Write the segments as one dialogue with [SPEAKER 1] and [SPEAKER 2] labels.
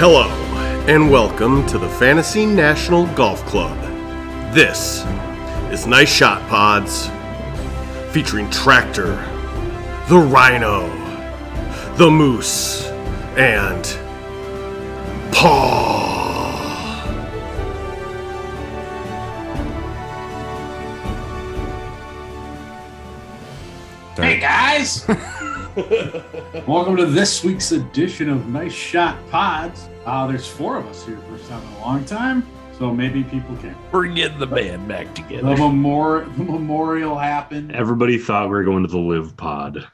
[SPEAKER 1] Hello, and welcome to the Fantasy National Golf Club. This is Nice Shot Pods, featuring Tractor, the Rhino, the Moose, and Paw.
[SPEAKER 2] Hey guys! Welcome to this week's edition of Nice Shot Pods. Uh, there's four of us here, first time in a long time, so maybe people can.
[SPEAKER 3] bringing the band back
[SPEAKER 2] The,
[SPEAKER 3] together.
[SPEAKER 2] memor- the memorial happened.
[SPEAKER 4] Everybody thought we were going to the live pod.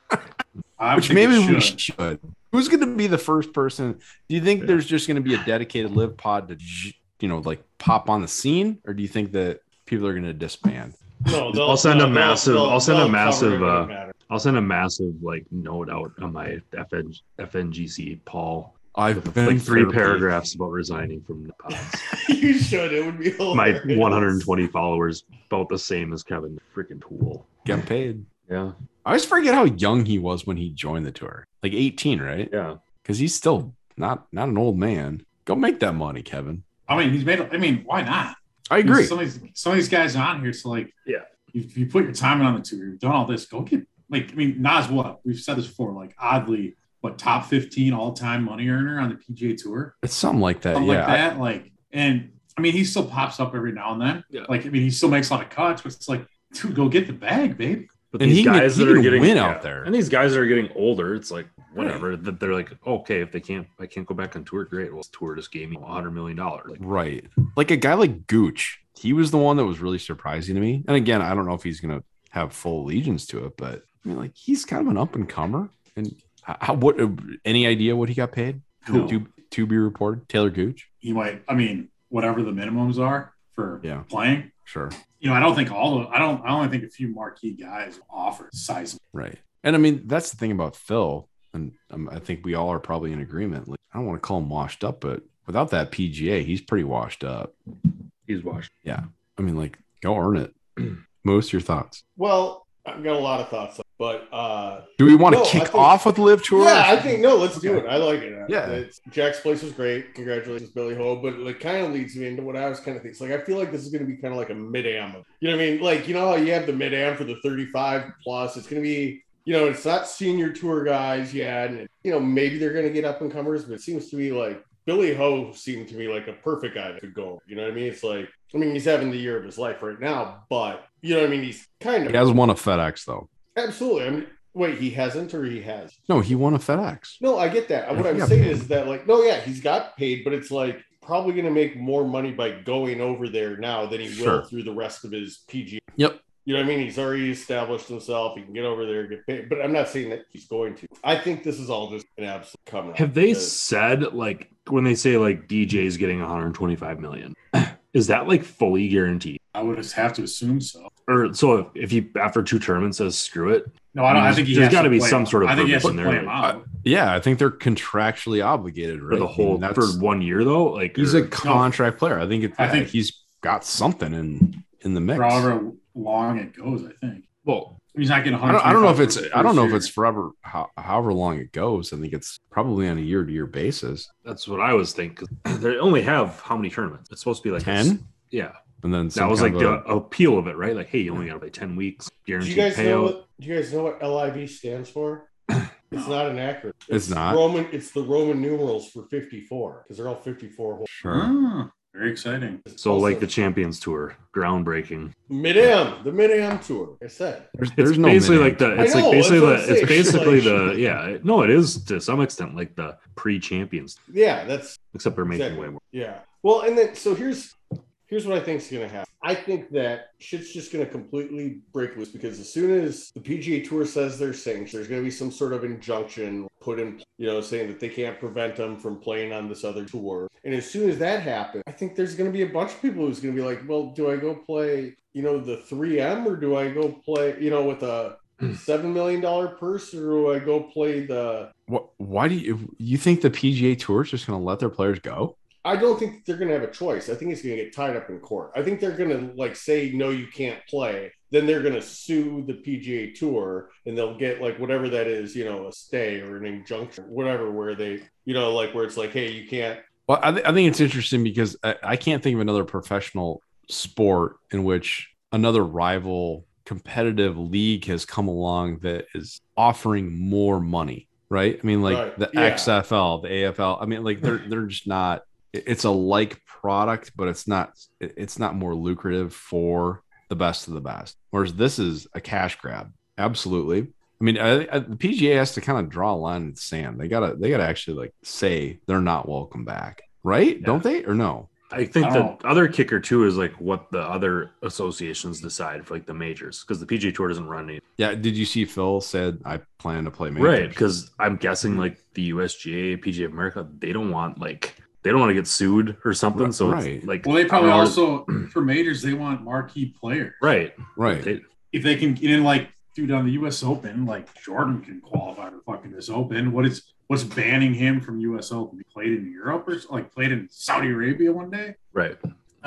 [SPEAKER 2] I
[SPEAKER 5] Which
[SPEAKER 2] think it
[SPEAKER 5] maybe we
[SPEAKER 2] should.
[SPEAKER 5] should. Who's going to be the first person? Do you think
[SPEAKER 4] Yeah.
[SPEAKER 5] there's just going to be a dedicated live pod to, j- you know, like pop on the scene, or do you think that people are going to disband?
[SPEAKER 6] No, they'll-
[SPEAKER 4] I'll send a
[SPEAKER 6] no, they'll-
[SPEAKER 4] massive-
[SPEAKER 6] they'll-
[SPEAKER 4] I'll send a
[SPEAKER 6] they'll cover
[SPEAKER 4] massive,
[SPEAKER 6] it, it
[SPEAKER 4] uh,
[SPEAKER 6] doesn't matter.
[SPEAKER 4] I'll send a massive like note out on my FN- FNGC Paul.
[SPEAKER 5] I've
[SPEAKER 4] With, like three paragraphs about resigning from the pods.
[SPEAKER 6] you should. It would be
[SPEAKER 4] my
[SPEAKER 6] hilarious.
[SPEAKER 4] 120 followers, about the same as Kevin freaking Poole.
[SPEAKER 5] Get paid.
[SPEAKER 4] Yeah,
[SPEAKER 5] I always forget how young he was when he joined the tour, like 18, right?
[SPEAKER 4] yeah.
[SPEAKER 5] Because he's still not not an old man. Go make that money, Kevin.
[SPEAKER 2] I mean, he's made. I mean, why not?
[SPEAKER 5] I agree.
[SPEAKER 2] Some of these, some of these guys are on here, so like,
[SPEAKER 4] Yeah.
[SPEAKER 2] if you put your time in on the tour, you've done all this. Go get like, I mean, Nas what? We've said this before. Like, oddly, what top 15 all time money earner on the PGA Tour?
[SPEAKER 5] It's something like that.
[SPEAKER 2] something
[SPEAKER 5] yeah.
[SPEAKER 2] like that. like, and I mean, he still pops up every now and then.
[SPEAKER 4] Yeah.
[SPEAKER 2] Like, I mean, he still makes a lot of cuts, but it's like, dude, go get the bag, babe.
[SPEAKER 4] But
[SPEAKER 5] And he can- he can win out there.
[SPEAKER 4] and these guys that are getting older, it's like whatever. That they're like, okay, if they can't, I can't go back on tour. Great. Well, this tour just gave me 100 million dollars. Like,
[SPEAKER 5] Right. Like a guy like Gooch, he was the one that was really surprising to me. And again, I don't know if he's going to have full allegiance to it, but I mean, like he's kind of an up and comer. And how, how- what, uh, any idea what he got paid?
[SPEAKER 2] No.
[SPEAKER 5] To, to be reported, Taylor Gooch?
[SPEAKER 2] He might, I mean, whatever the minimums are for
[SPEAKER 5] Yeah.
[SPEAKER 2] playing.
[SPEAKER 5] Sure.
[SPEAKER 2] You know, I don't think all of, I don't, I only think a few marquee guys offer size.
[SPEAKER 5] Right. And I mean, that's the thing about Phil. And um, I think we all are probably in agreement. Like, I don't want to call him washed up, but without that PGA, he's pretty washed up.
[SPEAKER 4] he's washed.
[SPEAKER 5] I mean, like, go earn it. Moose, your thoughts?
[SPEAKER 6] Well, I've got a lot of thoughts, but uh,
[SPEAKER 5] Do we want to
[SPEAKER 6] No, I
[SPEAKER 5] kick
[SPEAKER 6] think-
[SPEAKER 5] off with Live Tour?
[SPEAKER 6] yeah, I think no. Let's do it. I like it.
[SPEAKER 5] Yeah.
[SPEAKER 6] It's- Jack's place was great. Congratulations, Billy Ho. But it kind of leads me into what I was kind of thinking. Like, I feel like this is going to be kind of like a mid am. You know what I mean? Like, you know how you have the mid am for the 35 plus. It's going to be. You know, it's not senior tour guys yet, and you know maybe they're going to get up and comers, but it seems to me like Billy Ho seemed to me like a perfect guy that could go. You know what I mean? It's like, I mean, he's having the year of his life right now, but you know what I mean? He's kind of
[SPEAKER 5] He has won a FedEx, though.
[SPEAKER 6] Absolutely. I mean, wait, he hasn't or he has?
[SPEAKER 5] No, he won a FedEx.
[SPEAKER 6] No, I get that. What
[SPEAKER 5] Yeah,
[SPEAKER 6] I'm
[SPEAKER 5] he got
[SPEAKER 6] saying
[SPEAKER 5] paid.
[SPEAKER 6] is that, like, no, yeah, he's got paid, but it's like probably going to make more money by going over there now than he
[SPEAKER 5] Sure.
[SPEAKER 6] will through the rest of his PG.
[SPEAKER 5] Yep.
[SPEAKER 6] You know what I mean? He's already established himself. He can get over there, get paid. But I'm not saying that he's going to. I think this is all just an absolute come. up
[SPEAKER 4] Have they
[SPEAKER 6] because-
[SPEAKER 4] said like when they say like DJ's getting 125 million? Is that like fully guaranteed?
[SPEAKER 2] I would just have to assume so.
[SPEAKER 4] Or so if, if he after two tournaments says screw it,
[SPEAKER 2] No, I don't. I,
[SPEAKER 4] There's-
[SPEAKER 2] think he
[SPEAKER 4] there's
[SPEAKER 2] has
[SPEAKER 4] gotta
[SPEAKER 2] to
[SPEAKER 4] be
[SPEAKER 2] play
[SPEAKER 4] some
[SPEAKER 2] him.
[SPEAKER 4] sort of
[SPEAKER 2] I think he has
[SPEAKER 4] purpose
[SPEAKER 2] to
[SPEAKER 4] in there,
[SPEAKER 2] play him
[SPEAKER 4] like-
[SPEAKER 2] out.
[SPEAKER 5] Yeah, I think they're contractually obligated,
[SPEAKER 4] for
[SPEAKER 5] right?
[SPEAKER 4] the
[SPEAKER 5] I mean,
[SPEAKER 4] whole
[SPEAKER 5] that's-
[SPEAKER 4] for one year though like
[SPEAKER 5] he's
[SPEAKER 4] or-
[SPEAKER 5] a contract player. I think. It,
[SPEAKER 2] I
[SPEAKER 5] I
[SPEAKER 2] think-
[SPEAKER 5] think he's got something in in the mix.
[SPEAKER 2] For however long it goes, I think
[SPEAKER 4] well
[SPEAKER 2] he's not getting.
[SPEAKER 5] I don't, I don't know if it's.
[SPEAKER 2] 125 for
[SPEAKER 5] I don't know if
[SPEAKER 2] sure.
[SPEAKER 5] it's forever. How, however long it goes, I think it's probably on a year to year basis.
[SPEAKER 4] that's what i was thinking 'cause they only have how many tournaments it's supposed to be like
[SPEAKER 5] Ten,
[SPEAKER 4] this- yeah
[SPEAKER 5] and then
[SPEAKER 4] that
[SPEAKER 5] some
[SPEAKER 4] was like
[SPEAKER 5] kind
[SPEAKER 4] the
[SPEAKER 5] of a-
[SPEAKER 4] appeal of it right like hey you only got to play 10 weeks
[SPEAKER 6] Do you
[SPEAKER 4] guaranteed
[SPEAKER 6] guys know
[SPEAKER 4] payout
[SPEAKER 6] what? Do you guys know what LIV stands for? It's not an acronym.
[SPEAKER 5] It's not?
[SPEAKER 6] Roman. It's the Roman numerals for 54 because they're all 54 holes.
[SPEAKER 5] sure.
[SPEAKER 2] Ah, very exciting.
[SPEAKER 4] so like
[SPEAKER 6] Also-
[SPEAKER 4] the champions tour groundbreaking
[SPEAKER 6] Mid Am, the Mid Am tour. I said.
[SPEAKER 5] There's,
[SPEAKER 4] it's
[SPEAKER 5] there's no
[SPEAKER 4] basically
[SPEAKER 5] minimum.
[SPEAKER 4] like the it's
[SPEAKER 6] I know,
[SPEAKER 4] like basically
[SPEAKER 6] that's what I'm
[SPEAKER 4] the it's
[SPEAKER 6] saying.
[SPEAKER 4] basically
[SPEAKER 6] Like-
[SPEAKER 4] the yeah it- no it is to some extent like the pre-champions
[SPEAKER 6] Yeah, that's
[SPEAKER 4] except they're making
[SPEAKER 6] exactly-
[SPEAKER 4] way more
[SPEAKER 6] Yeah. Well, and then so here's here's what I think is going to happen. I think that shit's just going to completely break loose because as soon as the PGA Tour says they're sanctioned, there's going to be some sort of injunction put in, you know, saying that they can't prevent them from playing on this other tour. And as soon as that happens, I think there's going to be a bunch of people who's going to be like, well, do I go play, you know, the 3M or do I go play, you know, with a seven million dollar purse or do I go play the
[SPEAKER 5] Wh- Why do you you think the PGA Tour is just going to let their players go?
[SPEAKER 6] I don't think they're going to have a choice. I think it's going to get tied up in court. I think they're going to like say no, you can't play. Then they're going to sue the PGA Tour, and they'll get like whatever that is, you know, a stay or an injunction, whatever, where they, you know, like where it's like, hey, you can't
[SPEAKER 5] Well, I, th- I think it's interesting because I, I can't think of another professional sport in which another rival competitive league has come along that is offering more money, right? I mean, like
[SPEAKER 6] Right.
[SPEAKER 5] the
[SPEAKER 6] Yeah.
[SPEAKER 5] XFL, the AFL. I mean, like they're they're just not. it- It's a like product, but it's not. it- It's not more lucrative for the best of the best. Whereas this is a cash grab, absolutely. I mean, I, I, the PGA has to kind of draw a line in the sand. They gotta, they gotta actually like say they're not welcome back, right?
[SPEAKER 4] Yeah.
[SPEAKER 5] Don't they? Or no?
[SPEAKER 4] I think
[SPEAKER 2] I
[SPEAKER 4] the
[SPEAKER 2] don't-
[SPEAKER 4] other kicker too is like what the other associations decide for like the majors because the PGA Tour doesn't run any
[SPEAKER 5] Yeah. Did you see Phil said I plan to play majors?
[SPEAKER 4] right because I'm guessing like the USGA, PGA of America, they don't want like they don't want to get sued or something. So
[SPEAKER 5] Right.
[SPEAKER 4] it's like
[SPEAKER 2] Well, they probably
[SPEAKER 4] I don't know.
[SPEAKER 2] also for majors they want marquee players.
[SPEAKER 4] right
[SPEAKER 5] right.
[SPEAKER 4] They-
[SPEAKER 2] If they can get in, like dude on the U.S. Open, like Jordan can qualify for fucking this Open. What is what's banning him from U.S. Open? He played in Europe or like played in Saudi Arabia one day.
[SPEAKER 4] right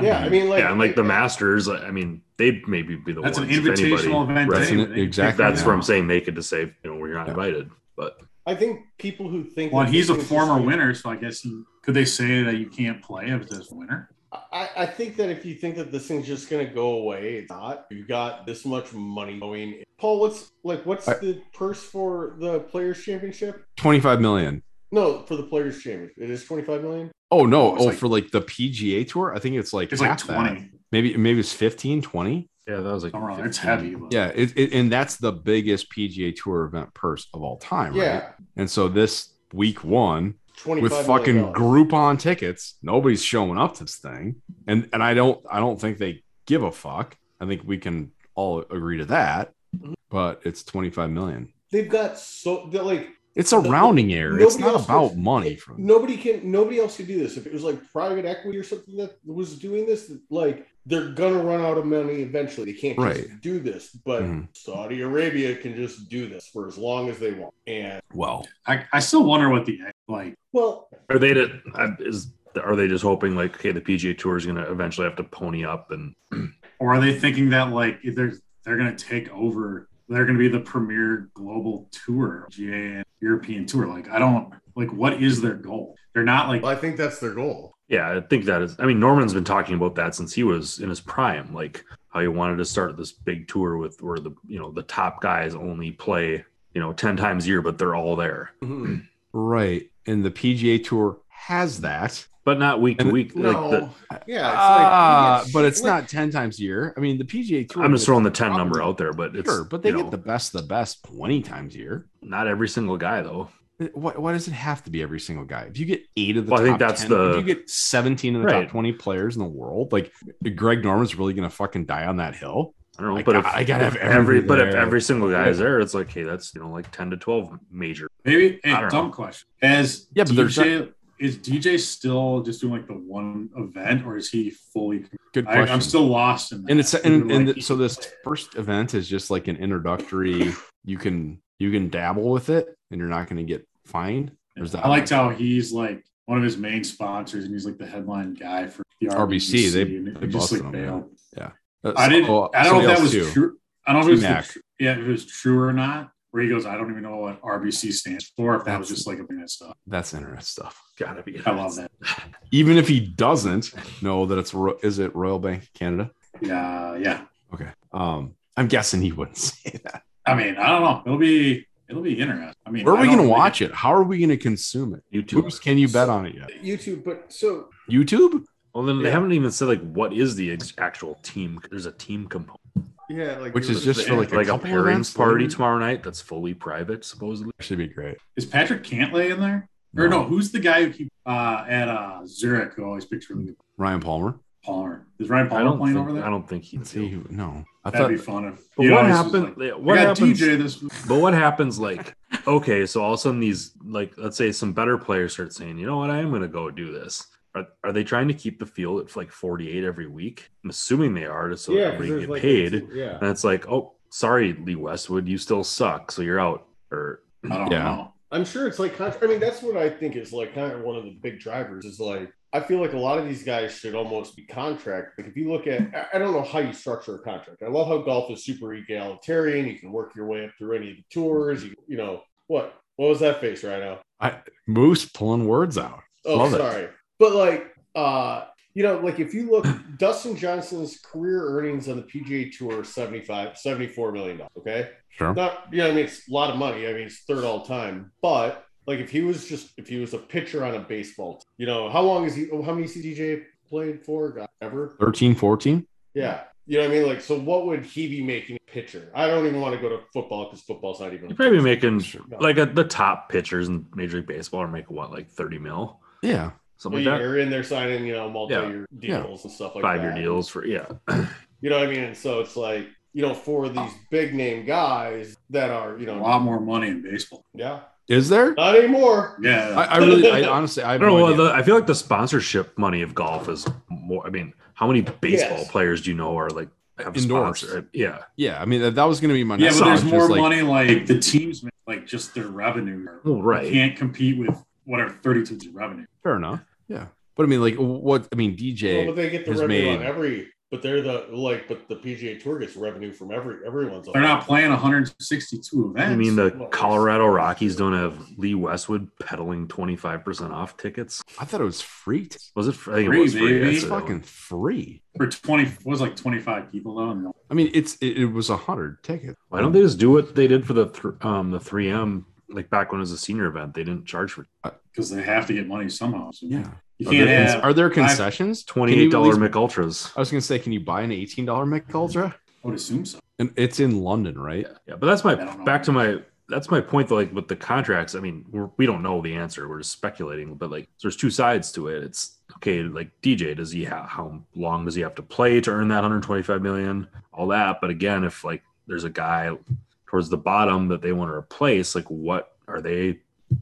[SPEAKER 6] Yeah, I mean, like,
[SPEAKER 4] yeah and like the Masters. I I mean they'd maybe be the
[SPEAKER 2] That's an
[SPEAKER 4] ones, if anybody-
[SPEAKER 2] invitational event.
[SPEAKER 4] Right.
[SPEAKER 5] That's an-
[SPEAKER 2] anyway. They can
[SPEAKER 5] exactly.
[SPEAKER 2] kick
[SPEAKER 4] That's
[SPEAKER 2] them
[SPEAKER 4] where I'm
[SPEAKER 2] out.
[SPEAKER 4] saying they could just say you know we're not
[SPEAKER 5] Yeah.
[SPEAKER 4] invited, but
[SPEAKER 6] I think people who think
[SPEAKER 2] Well,
[SPEAKER 6] that
[SPEAKER 2] and he's
[SPEAKER 6] they
[SPEAKER 2] a
[SPEAKER 6] think
[SPEAKER 2] former
[SPEAKER 6] this-
[SPEAKER 2] winner, so I guess he, could they say that you can't play if it's a winner?
[SPEAKER 6] I, I think that if you think that this thing's just gonna go away, it's not. You got this much money going. in. Paul, what's like? What's
[SPEAKER 5] I-
[SPEAKER 6] the purse for the Players Championship?
[SPEAKER 5] 25 million.
[SPEAKER 6] No, for the Players Championship, it is twenty five million.
[SPEAKER 5] Oh no.
[SPEAKER 2] It's
[SPEAKER 5] oh,
[SPEAKER 2] like-
[SPEAKER 5] for like the PGA tour, I think it's like
[SPEAKER 2] It's like
[SPEAKER 5] half that.
[SPEAKER 2] twenty.
[SPEAKER 5] Maybe maybe it's 15, 20.
[SPEAKER 4] yeah, that was like
[SPEAKER 2] I'm wrong. It's
[SPEAKER 4] 15.
[SPEAKER 2] heavy. But
[SPEAKER 5] Yeah, it, it, and that's the biggest PGA tour event purse of all time, right?
[SPEAKER 6] Yeah,
[SPEAKER 5] And so this week one
[SPEAKER 6] twenty
[SPEAKER 5] with
[SPEAKER 6] five
[SPEAKER 5] fucking Groupon tickets, nobody's showing up to this thing, and and I don't I don't think they give a fuck. I think we can all agree to that,
[SPEAKER 6] Mhm.
[SPEAKER 5] but it's 25 million.
[SPEAKER 6] They've got so they're like
[SPEAKER 5] It's a
[SPEAKER 6] No-
[SPEAKER 5] rounding error. It's
[SPEAKER 6] nobody
[SPEAKER 5] not
[SPEAKER 6] else
[SPEAKER 5] about
[SPEAKER 6] was-
[SPEAKER 5] money
[SPEAKER 6] it-
[SPEAKER 5] from
[SPEAKER 6] nobody can nobody else could do this if it was like private equity or something that was doing this like they're gonna run out of money eventually they can't
[SPEAKER 5] Right.
[SPEAKER 6] just do this but
[SPEAKER 5] Mhm.
[SPEAKER 6] saudi arabia can just do this for as long as they want and
[SPEAKER 5] well.
[SPEAKER 2] I, I still wonder what the like.
[SPEAKER 6] well
[SPEAKER 4] Are they to, uh, is are they just hoping like okay the PGA Tour is going to eventually have to pony up and
[SPEAKER 2] Or are they thinking that like if there's they're gonna take over? They're gonna be the premier global tour, GA and European tour. Like I don't like what is their goal? They're not like
[SPEAKER 6] i think that's their goal
[SPEAKER 4] yeah I think that is I mean Norman's been talking about that since he was in his prime like how he wanted to start this big tour with where the you know the top guys only play you know 10 times a year but they're all there
[SPEAKER 5] Right. And the PGA Tour has that.
[SPEAKER 4] but not week to
[SPEAKER 5] And-
[SPEAKER 4] week
[SPEAKER 6] no
[SPEAKER 4] like
[SPEAKER 6] yeah
[SPEAKER 5] Ah,
[SPEAKER 6] you get
[SPEAKER 5] but
[SPEAKER 6] shit
[SPEAKER 5] it's
[SPEAKER 6] like-
[SPEAKER 5] not 10 times a year. I mean, the PGA
[SPEAKER 4] the,
[SPEAKER 5] Tour.
[SPEAKER 4] I'm just throwing the 10
[SPEAKER 5] probably-
[SPEAKER 4] number out there but it's
[SPEAKER 5] Sure, but they
[SPEAKER 4] you
[SPEAKER 5] get
[SPEAKER 4] know,
[SPEAKER 5] the best of the best 20 times a year.
[SPEAKER 4] not every single guy though
[SPEAKER 5] Why, why does it have to be every single guy? If you get eight of the
[SPEAKER 4] Well, I
[SPEAKER 5] top
[SPEAKER 4] think that's
[SPEAKER 5] 10,
[SPEAKER 4] the-
[SPEAKER 5] if you get 17 of the
[SPEAKER 4] Right.
[SPEAKER 5] top 20 players in the world, like Greg Norman's really going to fucking die on that hill.
[SPEAKER 4] I don't know
[SPEAKER 5] I
[SPEAKER 4] but
[SPEAKER 5] got-
[SPEAKER 4] if
[SPEAKER 5] I gotta have
[SPEAKER 4] if every but if
[SPEAKER 5] everybody there.
[SPEAKER 4] every single guy is there it's like hey that's you know like 10 to 12 major
[SPEAKER 2] maybe a
[SPEAKER 4] I don't
[SPEAKER 2] dumb
[SPEAKER 4] know.
[SPEAKER 2] question. As
[SPEAKER 5] Yeah, but there's
[SPEAKER 2] DJ, is DJ still just doing like the one event, or is he fully?
[SPEAKER 5] Good
[SPEAKER 2] I,
[SPEAKER 5] question.
[SPEAKER 2] I'm still lost in. That.
[SPEAKER 5] and it's and, and
[SPEAKER 2] Like,
[SPEAKER 5] so this first event is just like an introductory you can you can dabble with it and you're not going to get fined Or is that
[SPEAKER 2] I liked how he's like one of his main sponsors, and he's like the headline guy for the
[SPEAKER 5] RBC,
[SPEAKER 2] RBC.
[SPEAKER 5] they-
[SPEAKER 2] and
[SPEAKER 5] they
[SPEAKER 2] it just
[SPEAKER 5] busted
[SPEAKER 2] like
[SPEAKER 5] him, yeah.
[SPEAKER 2] bailed.
[SPEAKER 5] Uh,
[SPEAKER 2] I didn't.
[SPEAKER 5] so-
[SPEAKER 2] I don't know if that was
[SPEAKER 5] somebody else too.
[SPEAKER 2] true. I don't know if it was the,
[SPEAKER 5] T-Mac.
[SPEAKER 2] tr- yeah, if it was true or not. Where he goes, I don't even know what RBC stands for. If that was just like a minute stuff.
[SPEAKER 5] That's interesting stuff.
[SPEAKER 4] gotta be
[SPEAKER 2] I love that.
[SPEAKER 5] Even if he doesn't know that it's Ro- is it Royal Bank of Canada?
[SPEAKER 2] Yeah, yeah.
[SPEAKER 5] Okay. Um, I'm guessing he wouldn't say that.
[SPEAKER 2] I mean, I don't know. It'll be it'll be interesting. I mean,
[SPEAKER 5] Where are
[SPEAKER 2] I
[SPEAKER 5] we
[SPEAKER 2] don't
[SPEAKER 5] going to
[SPEAKER 2] think
[SPEAKER 5] watch it? How are we going to consume it?
[SPEAKER 4] YouTube
[SPEAKER 5] Who's can you bet on it yet?
[SPEAKER 6] youtube but so
[SPEAKER 5] YouTube?
[SPEAKER 4] Well, then they
[SPEAKER 6] Yeah.
[SPEAKER 4] haven't even said like what is the ex- actual team. There's a team component,
[SPEAKER 6] yeah like
[SPEAKER 5] Which
[SPEAKER 6] you're
[SPEAKER 5] is just
[SPEAKER 6] saying,
[SPEAKER 5] for like a
[SPEAKER 4] like a
[SPEAKER 5] couple
[SPEAKER 4] parents
[SPEAKER 5] events
[SPEAKER 4] party
[SPEAKER 5] later?
[SPEAKER 4] tomorrow night that's fully private, supposedly.
[SPEAKER 5] Should be great.
[SPEAKER 2] Is Patrick Cantlay in there? Or no, who's the guy who keep uh, at uh, Zurich who always picks really good?
[SPEAKER 5] Ryan Palmer.
[SPEAKER 2] Palmer. Is Ryan
[SPEAKER 4] I
[SPEAKER 2] Palmer
[SPEAKER 4] don't
[SPEAKER 2] playing
[SPEAKER 4] think
[SPEAKER 2] over there?
[SPEAKER 4] I don't think he's.
[SPEAKER 5] Let's see. who- No, I
[SPEAKER 2] That'd
[SPEAKER 5] thought.
[SPEAKER 2] be fun if.
[SPEAKER 4] But
[SPEAKER 2] he
[SPEAKER 4] what
[SPEAKER 2] always was
[SPEAKER 4] happened?
[SPEAKER 2] Like,
[SPEAKER 4] what
[SPEAKER 2] I got
[SPEAKER 4] happens?
[SPEAKER 2] DJ this.
[SPEAKER 4] But what happens? Like, okay, so all of a sudden these like let's say some better players start saying, you know what, I am going to go do this. Are, are they trying to keep the field at like 48 every week? I'm assuming they are, just so
[SPEAKER 6] yeah 'cause
[SPEAKER 4] everybody
[SPEAKER 6] there's,
[SPEAKER 4] get
[SPEAKER 6] like,
[SPEAKER 4] paid.
[SPEAKER 6] a- yeah
[SPEAKER 4] And it's like, oh, sorry, Lee Westwood, you still suck, so you're out. Or
[SPEAKER 2] I don't
[SPEAKER 5] Yeah.
[SPEAKER 2] know.
[SPEAKER 6] I'm sure it's like. contr I mean, that's what I think is like kind of one of the big drivers. Is like I feel like a lot of these guys should almost be contract. Like if you look at, I- I don't know how you structure a contract. I love how golf is super egalitarian. You can work your way up through any of the tours. You you know what? What was that face right now?
[SPEAKER 5] Moose pulling words out.
[SPEAKER 6] Oh,
[SPEAKER 5] Love it.
[SPEAKER 6] sorry. But like, uh, you know, like if you look, Dustin Johnson's career earnings on the PGA Tour, 75, 74 million dollars. Okay.
[SPEAKER 5] Sure.
[SPEAKER 6] Not, you know, I mean, it's a lot of money. I mean, it's third all time, but like if he was just, if he was a pitcher on a baseball, team, you know, how long is he, how many CDJ played for? God, ever?
[SPEAKER 5] 13, 14?
[SPEAKER 6] Yeah. You know what I mean? Like, so what would he be making a pitcher? I don't even want to go to football because football's not even.
[SPEAKER 4] You're probably making
[SPEAKER 6] No.
[SPEAKER 4] like a, the top pitchers in Major League Baseball are making what, like 30 mil?
[SPEAKER 5] Yeah.
[SPEAKER 4] Something
[SPEAKER 6] Yeah,
[SPEAKER 4] like that.
[SPEAKER 6] you're in there signing, you know, multi-year deals and stuff like
[SPEAKER 4] Five
[SPEAKER 6] that.
[SPEAKER 4] year deals for, yeah.
[SPEAKER 6] You know what I mean? And so it's like, you know, for these big name guys that are, you
[SPEAKER 2] A
[SPEAKER 6] know,
[SPEAKER 2] lot more money in baseball.
[SPEAKER 6] yeah,
[SPEAKER 5] Is there?
[SPEAKER 6] not anymore.
[SPEAKER 2] Yeah.
[SPEAKER 5] I, I really, I honestly, I
[SPEAKER 4] I
[SPEAKER 5] have
[SPEAKER 4] don't know.
[SPEAKER 5] no
[SPEAKER 4] well,
[SPEAKER 5] idea.
[SPEAKER 4] the, I feel like the sponsorship money of golf is more. I mean, how many baseball
[SPEAKER 6] Yes.
[SPEAKER 4] players do you know are like have a
[SPEAKER 5] Endorsed.
[SPEAKER 4] sponsor? Yeah,
[SPEAKER 5] Yeah, I mean that, that was going to be my
[SPEAKER 2] yeah,
[SPEAKER 5] next.
[SPEAKER 2] but there's
[SPEAKER 5] thought,
[SPEAKER 2] more
[SPEAKER 5] just like-
[SPEAKER 2] money like the teams make, like just their revenue.
[SPEAKER 4] well,
[SPEAKER 2] You
[SPEAKER 4] right.
[SPEAKER 2] can't compete with what are 32 teams' revenue.
[SPEAKER 5] Fair enough. Yeah, but I mean, like, what? I mean, DJ.
[SPEAKER 6] Well, but they get the
[SPEAKER 5] has
[SPEAKER 6] revenue
[SPEAKER 5] made-
[SPEAKER 6] on every, but they're the like, but the PGA Tour gets revenue from every everyone's.
[SPEAKER 2] They're not playing 162 events.
[SPEAKER 4] I mean, the
[SPEAKER 6] Well,
[SPEAKER 4] Colorado Rockies don't have Lee Westwood peddling twenty five percent off tickets.
[SPEAKER 5] I thought it was free.
[SPEAKER 4] Was it? fr- I think it was
[SPEAKER 2] Free,
[SPEAKER 4] free.
[SPEAKER 2] baby.
[SPEAKER 4] That's
[SPEAKER 5] It's
[SPEAKER 4] it.
[SPEAKER 5] fucking free.
[SPEAKER 2] for 20 it was like 25 people though. And
[SPEAKER 5] I mean, it's it, it was a hundred tickets.
[SPEAKER 4] Why don't they just do what they did for the thr um the three M like back when it was a senior event? They didn't charge for
[SPEAKER 2] because they have to get money somehow. So
[SPEAKER 5] Yeah.
[SPEAKER 2] You
[SPEAKER 5] Are there,
[SPEAKER 2] can't
[SPEAKER 5] cons-
[SPEAKER 2] have.
[SPEAKER 5] are there concessions?
[SPEAKER 4] twenty eight dollar
[SPEAKER 5] Can you at least-
[SPEAKER 4] Mick Ultras.
[SPEAKER 5] I was going to say, can you buy an eighteen dollar Mick Ultra?
[SPEAKER 2] I would assume so.
[SPEAKER 5] And it's in London, right?
[SPEAKER 4] Yeah, but that's my
[SPEAKER 2] I don't know.
[SPEAKER 4] back to my that's my point though. Like with the contracts, I mean, we're, we don't know the answer. We're just speculating. But like, there's two sides to it. It's okay. Like DJ, does he ha- how long does he have to play to earn that 125 million? All that. But again, if like there's a guy towards the bottom that they want to replace, like what are they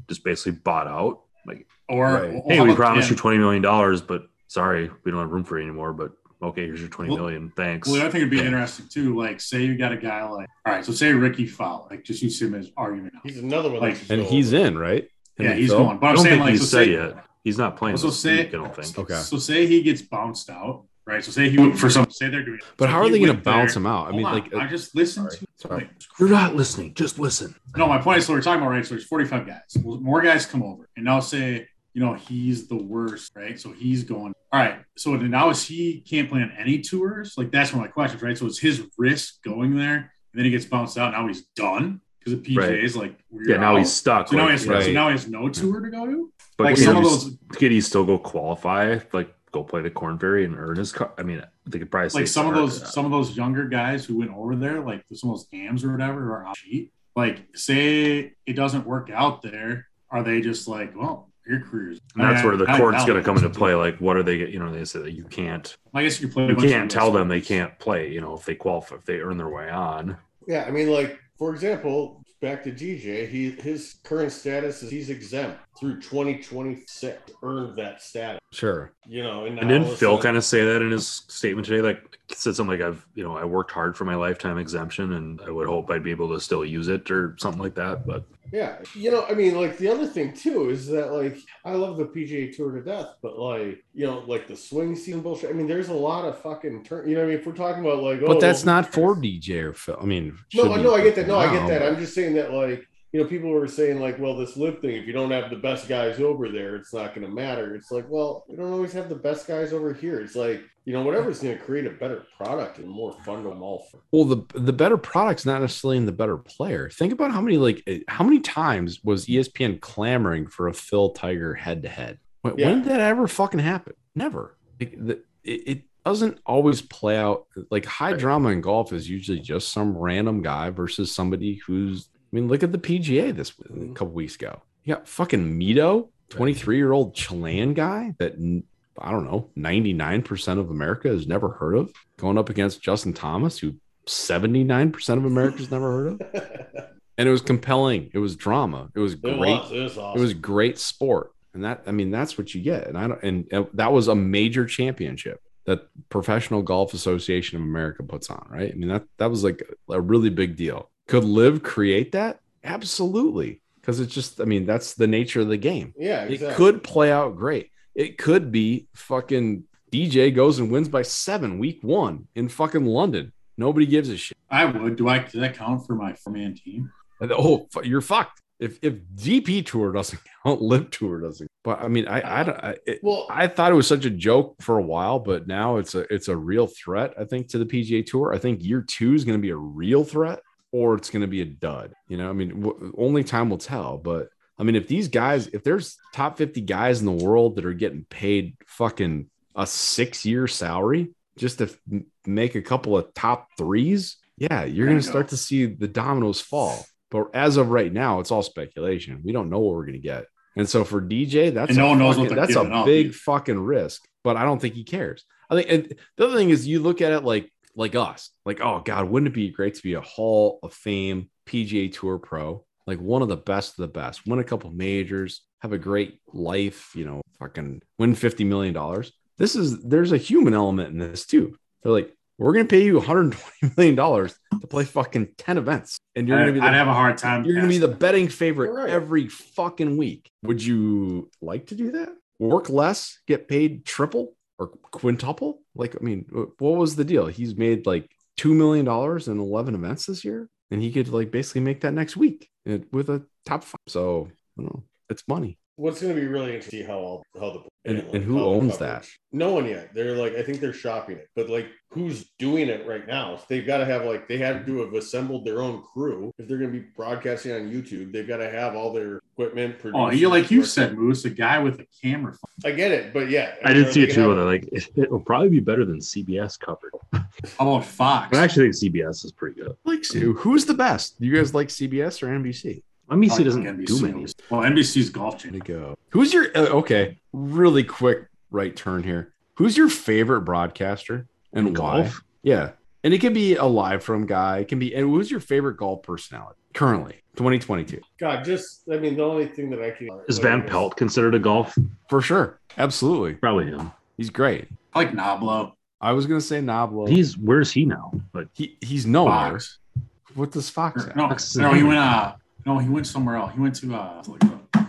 [SPEAKER 4] just basically bought out? Like,
[SPEAKER 2] Or
[SPEAKER 5] Right.
[SPEAKER 2] or
[SPEAKER 4] hey,
[SPEAKER 2] how
[SPEAKER 4] we
[SPEAKER 2] about-
[SPEAKER 4] promised
[SPEAKER 2] yeah.
[SPEAKER 4] you 20 million dollars, but sorry, we don't have room for you anymore. But okay, here's your 20
[SPEAKER 2] Well-
[SPEAKER 4] million. Thanks.
[SPEAKER 2] Well, the other thing would be
[SPEAKER 4] Yeah.
[SPEAKER 2] interesting too. Like, say you got a guy like, all right, so say Ricky Fowler, like just use him as argument.
[SPEAKER 6] He's another one.
[SPEAKER 2] Like-
[SPEAKER 6] that's just
[SPEAKER 5] And
[SPEAKER 6] all-
[SPEAKER 5] he's in, right?
[SPEAKER 2] yeah,
[SPEAKER 5] And
[SPEAKER 2] he's
[SPEAKER 5] Phil?
[SPEAKER 2] going. But
[SPEAKER 4] I
[SPEAKER 2] I'm
[SPEAKER 4] don't
[SPEAKER 2] saying
[SPEAKER 4] think
[SPEAKER 2] like,
[SPEAKER 4] he's
[SPEAKER 2] so
[SPEAKER 4] said
[SPEAKER 2] say,
[SPEAKER 4] yet. He's not playing.
[SPEAKER 2] So
[SPEAKER 4] this
[SPEAKER 2] say-
[SPEAKER 4] week, I don't think.
[SPEAKER 5] Okay.
[SPEAKER 2] so say he gets bounced out, right? So say he went for some. Say they're doing.
[SPEAKER 5] But
[SPEAKER 2] so
[SPEAKER 5] how are
[SPEAKER 2] he
[SPEAKER 5] they going to
[SPEAKER 2] went there-
[SPEAKER 5] bounce him out? I
[SPEAKER 2] Hold
[SPEAKER 5] mean,
[SPEAKER 2] on,
[SPEAKER 5] like, uh,
[SPEAKER 2] I just listened
[SPEAKER 5] sorry.
[SPEAKER 2] to.
[SPEAKER 5] sorry.
[SPEAKER 4] You're not listening. Just listen.
[SPEAKER 2] No, my point is, so we're talking about right. So there's 45 guys. Well, More guys come over, and now say, you know, he's the worst, right? So he's going. All right. So then now is he can't play on any tours? Like that's one of my questions, right? So it's his risk going there, and then he gets bounced out. Now he's done because the PJ
[SPEAKER 4] Right.
[SPEAKER 2] is like, we're
[SPEAKER 4] Yeah, now
[SPEAKER 2] out.
[SPEAKER 4] he's stuck.
[SPEAKER 2] So now, he
[SPEAKER 4] like,
[SPEAKER 2] has,
[SPEAKER 5] Right.
[SPEAKER 2] so now he has no tour to go to.
[SPEAKER 4] but
[SPEAKER 2] like
[SPEAKER 4] could,
[SPEAKER 2] some
[SPEAKER 4] he,
[SPEAKER 2] of those,
[SPEAKER 4] could he still go qualify? Like go play the Corn Ferry and earn his? Co- I mean, they could probably
[SPEAKER 2] like
[SPEAKER 4] say
[SPEAKER 2] some of
[SPEAKER 4] sorry.
[SPEAKER 2] those, some of those younger guys who went over there, like some of those AMs or whatever, are on cheat. Like, say it doesn't work out there, are they just like, well, your career's?
[SPEAKER 4] And that's where the
[SPEAKER 2] I- I
[SPEAKER 4] court's
[SPEAKER 2] doubt
[SPEAKER 4] going to
[SPEAKER 2] it.
[SPEAKER 4] come into play. Like, what are they? You know, they say that you can't.
[SPEAKER 2] I guess you play. a
[SPEAKER 4] You
[SPEAKER 2] bunch of
[SPEAKER 4] can't
[SPEAKER 2] US
[SPEAKER 4] tell them they
[SPEAKER 2] tours.
[SPEAKER 4] can't play. You know, if they qualify, if they earn their way on.
[SPEAKER 6] Yeah, I mean, like for example, back to DJ, he his current status is he's exempt through 2026. Earned that status,
[SPEAKER 5] sure.
[SPEAKER 6] you know. And,
[SPEAKER 4] And
[SPEAKER 6] now
[SPEAKER 4] didn't
[SPEAKER 6] all of a
[SPEAKER 4] Phil
[SPEAKER 6] sudden-
[SPEAKER 4] kind of say that in his statement today? Like said something like I've you know I worked hard for my lifetime exemption and I would hope I'd be able to still use it or something like that. But
[SPEAKER 6] Yeah, you know, I mean, like the other thing too is that like I love the PGA Tour to death, but like you know, like the swing season bullshit. I mean, there's a lot of fucking turn. You know, what I mean, if we're talking about like,
[SPEAKER 5] But
[SPEAKER 6] oh,
[SPEAKER 5] that's
[SPEAKER 6] well-
[SPEAKER 5] not for DJ or Phil. I mean,
[SPEAKER 6] No,
[SPEAKER 5] should
[SPEAKER 6] I
[SPEAKER 5] be
[SPEAKER 6] no, I get that. No, I
[SPEAKER 5] now.
[SPEAKER 6] get that. I'm just saying that like you know, people were saying like, well, this live thing. If you don't have the best guys over there, it's not going to matter. It's like, well, we don't always have the best guys over here. It's like you know, whatever's going to create a better product and more fun to them all. For.
[SPEAKER 5] Well, the the better product's not necessarily in the better player. Think about how many like eh, how many times was E ESPN clamoring for a Phil Tiger head to head? When
[SPEAKER 6] Yeah.
[SPEAKER 5] when did that ever fucking happen? Never. Like, the, it, it doesn't always play out like high
[SPEAKER 4] Right.
[SPEAKER 5] drama in golf is usually just some random guy versus somebody who's. I mean, look at the PGA this a couple weeks ago. You got fucking Mito, twenty three year old Chilean guy that n- I don't know ninety nine percent of America has never heard of, going up against Justin Thomas, who 79% of Americans never heard of.
[SPEAKER 6] it
[SPEAKER 5] And it was compelling. It was drama. It was great.
[SPEAKER 6] was, it was awesome.
[SPEAKER 5] It was great sport. And that, I mean, that's what you get. And I don't, and, and that was a major championship that Professional Golf Association of America puts on, right? I mean, that, that was like a really big deal. Could Live create that? Absolutely. Cause it's just, I mean, that's the nature of the game.
[SPEAKER 6] yeah, exactly.
[SPEAKER 5] It could play out great. It could be fucking DJ goes and wins by seven week one in fucking London. Nobody gives a shit.
[SPEAKER 2] I would. Do I? Does that count for my four man team?
[SPEAKER 5] And, Oh, fu- you're fucked. If if DP tour doesn't count, Lip tour doesn't. But I mean, I I don't. I, it,
[SPEAKER 6] Well,
[SPEAKER 5] I thought it was such a joke for a while, but now it's a it's a real threat. I think to the PGA Tour. I think year two is going to be a real threat, or it's going to be a dud. You know, I mean, w- only time will tell. But I mean, if these guys, if there's top fifty guys in the world that are getting paid fucking a six year salary just to f- make a couple of top threes, yeah, you're going
[SPEAKER 2] Bingo.
[SPEAKER 5] to start to see the dominoes fall. But as of right now, it's all speculation. We don't know what we're going to get. And so for DJ, that's
[SPEAKER 2] And no
[SPEAKER 5] a
[SPEAKER 2] one knows what
[SPEAKER 5] fucking-
[SPEAKER 2] they're
[SPEAKER 5] that's a
[SPEAKER 2] giving up
[SPEAKER 5] big
[SPEAKER 2] either.
[SPEAKER 5] fucking risk. But I don't think he cares. I think and the other thing is you look at it like like us, like oh god, wouldn't it be great to be a Hall of Fame PGA Tour pro, like one of the best of the best, win a couple majors, have a great life, you know, fucking win fifty million dollars. This is there's a human element in this too. They're like, we're gonna pay you 120 million dollars to play fucking 10 events, and you're gonna be
[SPEAKER 2] I'd
[SPEAKER 5] the
[SPEAKER 2] have a hard time.
[SPEAKER 5] you're going to be the betting favorite
[SPEAKER 6] You're right.
[SPEAKER 5] every fucking week. Would you like to do that? Work less, get paid triple or quintuple? Like, I mean, wh- what was the deal? He's made like $2 million in 11 events this year, and he could like basically make that next week eh, with a top five. So, I don't know. It's money.
[SPEAKER 6] What's going to be really interesting to see how all how the
[SPEAKER 5] And-
[SPEAKER 6] like,
[SPEAKER 5] and who
[SPEAKER 6] how the
[SPEAKER 5] owns
[SPEAKER 6] coverage- No one yet. They're like, I think they're shopping it, but like, who's doing it right now? They've got to have like they have to have assembled their own crew if they're going to be broadcasting on YouTube. They've got to have all their equipment.
[SPEAKER 2] Oh,
[SPEAKER 6] producers,
[SPEAKER 2] you like you
[SPEAKER 6] directors.
[SPEAKER 2] said, Moose, a guy with a camera. phone.
[SPEAKER 6] I get it, but yeah,
[SPEAKER 4] I did see it too.
[SPEAKER 6] too.
[SPEAKER 4] That like it, it'll probably be better than CBS covered.
[SPEAKER 2] How about Fox?
[SPEAKER 4] I actually think CBS is pretty good.
[SPEAKER 5] Like, so who's the best? You guys like CBS or NBC?
[SPEAKER 4] NBC
[SPEAKER 2] Probably
[SPEAKER 4] doesn't
[SPEAKER 2] NBC.
[SPEAKER 4] do many.
[SPEAKER 2] Well, NBC's golf channel.
[SPEAKER 5] to go. Who's your uh, okay? Really quick right turn here. Who's your favorite broadcaster and why?
[SPEAKER 4] golf.
[SPEAKER 5] Yeah, and it can be a live from guy. It can be. And who's your favorite golf personality currently? 2022
[SPEAKER 6] God, just I mean, the only thing that I can
[SPEAKER 4] Is Van
[SPEAKER 6] like,
[SPEAKER 4] Pelt considered a golf?
[SPEAKER 5] for sure. Absolutely,
[SPEAKER 4] Probably him.
[SPEAKER 5] he's great.
[SPEAKER 2] I like Nablo.
[SPEAKER 5] I was gonna say Nablo.
[SPEAKER 4] He's where's he now? Like
[SPEAKER 5] he, he's
[SPEAKER 4] Oh,
[SPEAKER 5] nowhere.
[SPEAKER 2] Fox.
[SPEAKER 5] What does Fox?
[SPEAKER 2] Or-
[SPEAKER 5] Have?
[SPEAKER 2] No,
[SPEAKER 4] Fox.
[SPEAKER 2] no, he went. Uh, no, he went somewhere else. He went to uh, like, uh,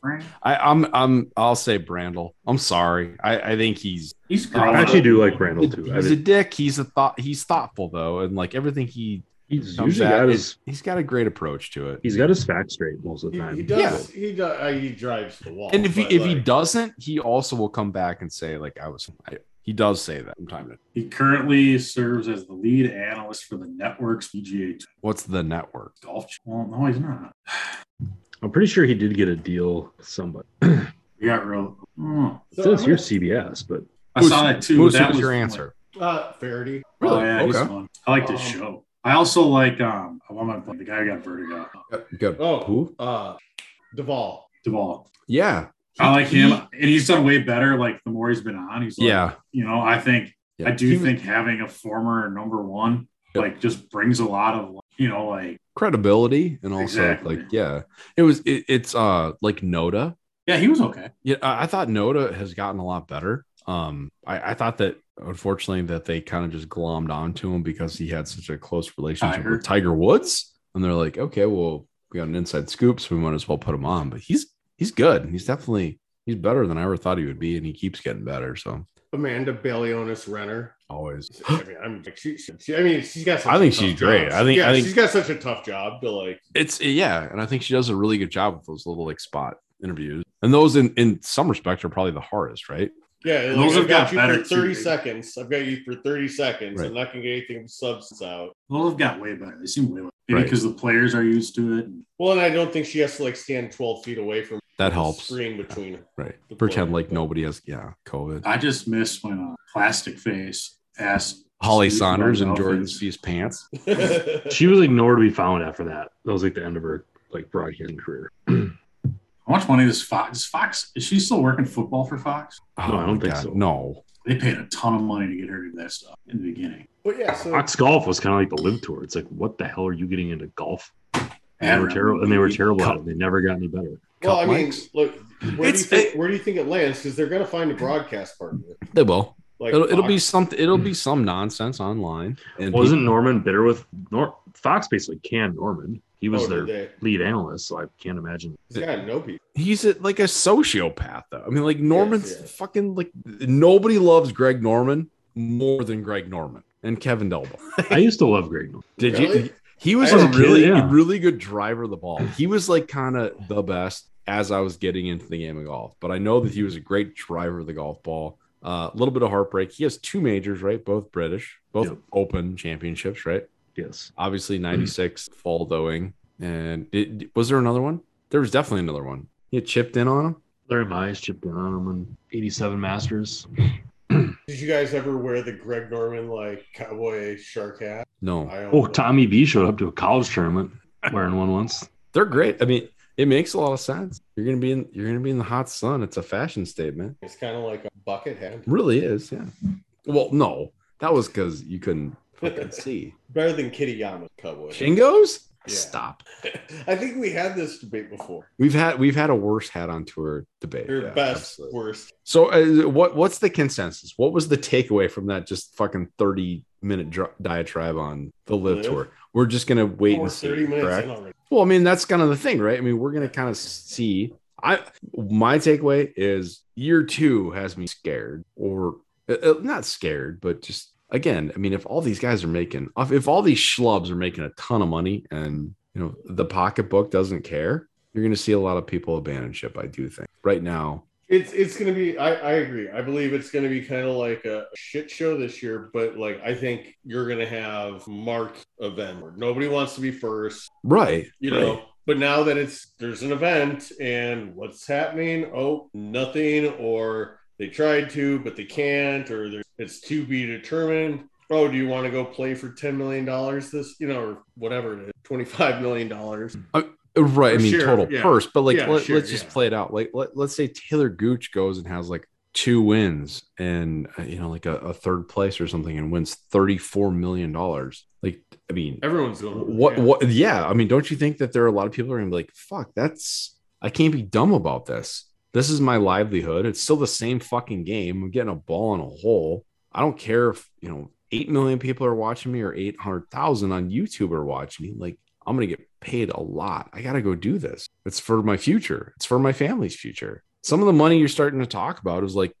[SPEAKER 2] France.
[SPEAKER 5] I, I'm I'm I'll say Brandel. I'm sorry. I, I think he's
[SPEAKER 2] He's. grown
[SPEAKER 4] I actually
[SPEAKER 2] up.
[SPEAKER 4] do like Brandel too. I
[SPEAKER 5] he's a
[SPEAKER 4] mean,
[SPEAKER 5] dick. He's a thought. He's thoughtful though, and like everything he
[SPEAKER 4] he's
[SPEAKER 5] comes
[SPEAKER 4] usually
[SPEAKER 5] at,
[SPEAKER 4] got
[SPEAKER 5] it-
[SPEAKER 4] his
[SPEAKER 5] he's got a great approach to it.
[SPEAKER 4] he's got his facts straight most of the
[SPEAKER 6] He,
[SPEAKER 4] time.
[SPEAKER 6] he does. He does. Uh, he drives the wall.
[SPEAKER 5] And if he
[SPEAKER 6] but,
[SPEAKER 5] if he
[SPEAKER 6] like,
[SPEAKER 5] doesn't, he also will come back and say like I was. I, he does say that from time to.
[SPEAKER 2] He currently serves as the lead analyst for the network's PGA Tour
[SPEAKER 5] What's the network?
[SPEAKER 2] golf. Channel. Well, no, he's not.
[SPEAKER 4] I'm pretty sure he did get a deal with somebody.
[SPEAKER 2] We got real. Oh,
[SPEAKER 6] so
[SPEAKER 4] it says
[SPEAKER 6] I'm
[SPEAKER 4] here CBS, but
[SPEAKER 2] I
[SPEAKER 5] Moose-
[SPEAKER 2] saw that too.
[SPEAKER 5] Moose,
[SPEAKER 2] that
[SPEAKER 5] what's your
[SPEAKER 2] fun.
[SPEAKER 5] answer?
[SPEAKER 6] gonna- uh, Faraday.
[SPEAKER 5] Really?
[SPEAKER 2] Oh, yeah, he's
[SPEAKER 5] Okay.
[SPEAKER 2] fun. I like this
[SPEAKER 6] Um,
[SPEAKER 2] show. I also like. Um, I want my the guy who got vertigo. uh,
[SPEAKER 5] Good.
[SPEAKER 6] Oh,
[SPEAKER 5] Who?
[SPEAKER 6] Uh, Duvall.
[SPEAKER 2] Duvall.
[SPEAKER 5] Yeah.
[SPEAKER 2] I like
[SPEAKER 5] He-
[SPEAKER 2] him, and he's done way better. Like the more he's been on, he's like,
[SPEAKER 5] Yeah.
[SPEAKER 2] You know, I think
[SPEAKER 5] yeah.
[SPEAKER 2] I do
[SPEAKER 5] He-
[SPEAKER 2] think having a former number one
[SPEAKER 5] Yep.
[SPEAKER 2] like just brings a lot of you know like
[SPEAKER 5] credibility and also
[SPEAKER 2] Exactly.
[SPEAKER 5] like yeah, it was it, it's uh like Noda.
[SPEAKER 2] yeah he was okay.
[SPEAKER 5] Yeah, I, I thought Noda has gotten a lot better. Um, I, I thought that unfortunately that they kind of just glommed onto him because he had such a close relationship
[SPEAKER 2] Tiger.
[SPEAKER 5] with Tiger Woods, and they're like, okay, well, we got an inside scoop, so we might as well put him on. But he's he's good. He's definitely he's better than I ever thought he would be, and he keeps getting better. So
[SPEAKER 6] Amanda Baleonis Renner.
[SPEAKER 5] always,
[SPEAKER 6] I mean, I'm like, she, she, she- I mean, she's got. Such
[SPEAKER 5] I think
[SPEAKER 6] a tough
[SPEAKER 5] she's great.
[SPEAKER 6] job.
[SPEAKER 5] I think-
[SPEAKER 6] yeah,
[SPEAKER 5] I think-
[SPEAKER 6] she's got such a tough job to like.
[SPEAKER 5] it's yeah, and I think she does a really good job with those little like spot interviews, and those in in some respect are probably the hardest, right?
[SPEAKER 6] Yeah,
[SPEAKER 2] And
[SPEAKER 6] like,
[SPEAKER 2] those
[SPEAKER 6] I've
[SPEAKER 2] have
[SPEAKER 6] got
[SPEAKER 2] got
[SPEAKER 6] you
[SPEAKER 2] better
[SPEAKER 6] for
[SPEAKER 2] too,
[SPEAKER 6] thirty
[SPEAKER 2] dude.
[SPEAKER 6] seconds. I've got you for thirty seconds.
[SPEAKER 5] Right.
[SPEAKER 6] I'm not gonna get anything substance out.
[SPEAKER 2] Well, they've got way better. They seem way better. Maybe
[SPEAKER 5] Right.
[SPEAKER 2] because the players are used to it.
[SPEAKER 6] Well, and I don't think she has to like stand twelve feet away from
[SPEAKER 5] That
[SPEAKER 6] the
[SPEAKER 5] helps,
[SPEAKER 6] Screen between. her.
[SPEAKER 5] right?
[SPEAKER 6] The
[SPEAKER 5] Pretend
[SPEAKER 6] player,
[SPEAKER 5] like
[SPEAKER 6] but-
[SPEAKER 5] nobody has yeah COVID.
[SPEAKER 2] I just miss when uh, Plastic Face asked
[SPEAKER 5] Holly
[SPEAKER 2] Steve
[SPEAKER 5] Saunders and
[SPEAKER 2] about
[SPEAKER 5] Jordan
[SPEAKER 2] outfits.
[SPEAKER 5] C's pants.
[SPEAKER 4] she was like nowhere to be found after that. That was like the end of her like broadcasting career.
[SPEAKER 2] How much money does Fox? Is Fox is she still working football for Fox?
[SPEAKER 5] Oh,
[SPEAKER 4] I don't
[SPEAKER 5] my
[SPEAKER 4] think so.
[SPEAKER 5] No.
[SPEAKER 2] They paid a ton of money to get her to do that stuff in the beginning.
[SPEAKER 6] but yeah, so
[SPEAKER 4] Fox Golf was kind of like the live tour. It's like, what the hell are you getting into golf? And they
[SPEAKER 2] Ad
[SPEAKER 4] were
[SPEAKER 2] revenue.
[SPEAKER 4] terrible, and they were terrible at it. They never got any better.
[SPEAKER 6] well, I
[SPEAKER 5] Cup
[SPEAKER 6] mean,
[SPEAKER 5] mics?
[SPEAKER 6] look, where do
[SPEAKER 5] It's-
[SPEAKER 6] you think where do you think it lands? Because they're gonna find a broadcast partner.
[SPEAKER 5] They will.
[SPEAKER 6] Like Hmm.
[SPEAKER 5] It'll, it'll be
[SPEAKER 6] Fox.
[SPEAKER 5] something. It'll be some nonsense online. And
[SPEAKER 4] Wasn't Norman bitter with Nor- Fox? Basically, canned Norman. He was
[SPEAKER 6] Oh,
[SPEAKER 4] their
[SPEAKER 6] did they?
[SPEAKER 4] lead analyst, so I can't imagine.
[SPEAKER 6] He's got no people.
[SPEAKER 5] he- he's a, like a sociopath, though. I mean, like Norman's
[SPEAKER 6] yeah.
[SPEAKER 5] fucking like nobody loves Greg Norman more than Greg Norman and Kevin Delbo.
[SPEAKER 4] I used to love Greg. Norman.
[SPEAKER 5] Did
[SPEAKER 6] Really?
[SPEAKER 5] you? He was
[SPEAKER 2] As
[SPEAKER 5] a
[SPEAKER 2] a kid,
[SPEAKER 5] really,
[SPEAKER 4] yeah.
[SPEAKER 5] really good driver of the ball. He was like kind of the best as I was getting into the game of golf. But I know that he was a great driver of the golf ball. Uh, A little bit of heartbreak. He has two majors, right? Both British, both
[SPEAKER 4] Yep.
[SPEAKER 5] Open championships, right?
[SPEAKER 4] Yes.
[SPEAKER 5] Obviously, '96 fall dowing, and did, was there another one? There was definitely another one. He chipped in on him.
[SPEAKER 4] Larry Mize chipped in on him in 87 Masters.
[SPEAKER 6] Did you guys ever wear the Greg Norman like cowboy shark hat?
[SPEAKER 5] No,
[SPEAKER 6] I don't
[SPEAKER 4] Oh,
[SPEAKER 6] know.
[SPEAKER 4] Tommy V showed up to a college tournament wearing one once.
[SPEAKER 5] they're great. I mean, it makes a lot of sense. You're gonna be in. You're gonna be in the hot sun. It's a fashion statement.
[SPEAKER 6] It's kind of like a bucket hat.
[SPEAKER 5] Really is, yeah. Well, no, that was because you couldn't fucking see.
[SPEAKER 6] Better than Kitty Yama's cowboy. hat.
[SPEAKER 5] Shingos?
[SPEAKER 6] Yeah.
[SPEAKER 5] Stop.
[SPEAKER 6] I think we had this debate before.
[SPEAKER 5] We've had we've had a worse hat on tour debate.
[SPEAKER 6] Your
[SPEAKER 5] Yeah,
[SPEAKER 6] best,
[SPEAKER 5] absolutely.
[SPEAKER 6] worst.
[SPEAKER 5] So, uh, what what's the consensus? What was the takeaway from that just fucking thirty minute dr- diatribe on the live,
[SPEAKER 6] Live?
[SPEAKER 5] tour? We're just gonna wait
[SPEAKER 6] We're
[SPEAKER 5] and see.
[SPEAKER 6] 30 minutes
[SPEAKER 5] correct?
[SPEAKER 6] in already.
[SPEAKER 5] Well, I mean, that's kind of the thing, right? I mean, we're gonna kind of see. I my takeaway is year two has me scared, or uh, uh, not scared, but just again, I mean, if all these guys are making, if all these schlubs are making a ton of money, and you know the pocketbook doesn't care, you're gonna see a lot of people abandon ship. I do think right now.
[SPEAKER 6] It's it's gonna be. I I agree. I believe it's gonna be kind of like a shit show this year. But like, I think you're gonna have mark event. where Nobody wants to be first.
[SPEAKER 5] Right,
[SPEAKER 6] you know. But now that it's there's an event and what's happening? Oh, nothing, or they tried to but they can't, or there's, it's to be determined. Oh, do you want to go play for ten million dollars this, you know, or whatever it is, twenty five million dollars?
[SPEAKER 5] Right. I
[SPEAKER 6] For
[SPEAKER 5] mean,
[SPEAKER 6] sure,
[SPEAKER 5] total
[SPEAKER 6] yeah.
[SPEAKER 5] purse, but like,
[SPEAKER 6] Yeah,
[SPEAKER 5] let,
[SPEAKER 6] sure,
[SPEAKER 5] us just
[SPEAKER 6] yeah.
[SPEAKER 5] play it out. Like, let, let's say Taylor Gooch goes and has like two wins and, uh, you know, like a, a third place or something and wins $34 million. Like, I mean,
[SPEAKER 6] Everyone's going.
[SPEAKER 5] what,
[SPEAKER 6] yeah.
[SPEAKER 5] what, yeah. I mean, don't you think that there are a lot of people who are going to be like, fuck, that's, I can't be dumb about this. This is my livelihood. It's still the same fucking game. I'm getting a ball in a hole. I don't care if, you know, 8 million people are watching me or 800,000 on YouTube are watching me. Like, I'm going to get paid a lot. I got to go do this. It's for my future, it's for my family's future. Some of the money you're starting to talk about is like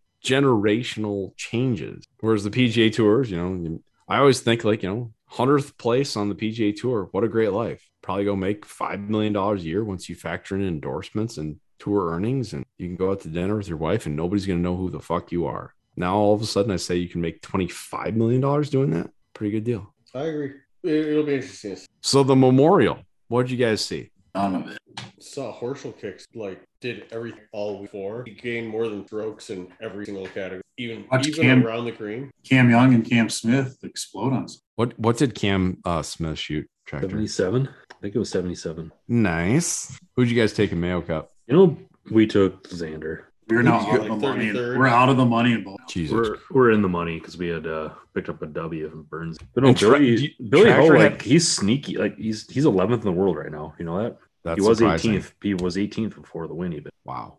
[SPEAKER 5] generational changes. Whereas the PGA tours, you know, you- I always think like, you know, 100th place on the PGA tour. What a great life. Probably go make $5 million a year once you factor in endorsements and tour earnings. And you can go out to dinner with your wife and nobody's going to know who the fuck you are. Now, all of a sudden, I say you can make $25 million doing that. Pretty good deal.
[SPEAKER 6] I agree. It, it'll be interesting.
[SPEAKER 5] So the memorial, what did you guys see?
[SPEAKER 2] None of it.
[SPEAKER 6] Saw Horschel kicks like did everything all week four. He gained more than strokes in every single category, even
[SPEAKER 2] Watch
[SPEAKER 6] even
[SPEAKER 2] Cam-
[SPEAKER 6] around the green.
[SPEAKER 2] Cam Young and Cam Smith explode on something.
[SPEAKER 5] What what did Cam uh, Smith shoot? Tractor.
[SPEAKER 4] 77? I think it was 77.
[SPEAKER 5] Nice. Who'd you guys take in Mayo Cup?
[SPEAKER 4] You know, we took Xander.
[SPEAKER 2] We're now
[SPEAKER 6] He's
[SPEAKER 2] out of
[SPEAKER 6] like
[SPEAKER 2] the money.
[SPEAKER 6] 33rd.
[SPEAKER 2] We're out of the money in both.
[SPEAKER 5] Jesus.
[SPEAKER 4] We're, we're in the money because we had uh, picked up a W from Burns. But no,
[SPEAKER 5] And Tra-
[SPEAKER 4] Billy,
[SPEAKER 5] you-
[SPEAKER 4] Billy Ho,
[SPEAKER 5] Tractor had-
[SPEAKER 4] like, he's sneaky. Like, he's he's 11th in the world right now. You know that?
[SPEAKER 5] That's
[SPEAKER 4] he was
[SPEAKER 5] surprising.
[SPEAKER 4] 18th. He was 18th before the win, even.
[SPEAKER 5] Wow.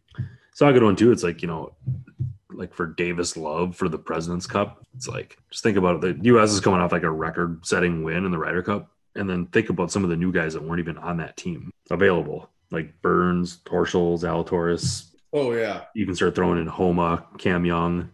[SPEAKER 4] It's not a good one too. It's like you know, like for Davis Love for the Presidents Cup. It's like just think about it. The U.S. is coming off like a record-setting win in the Ryder Cup, and then think about some of the new guys that weren't even on that team available, like Burns, Torschel, Zalatoris.
[SPEAKER 6] Oh yeah.
[SPEAKER 4] You can start throwing in Homa, Cam Young.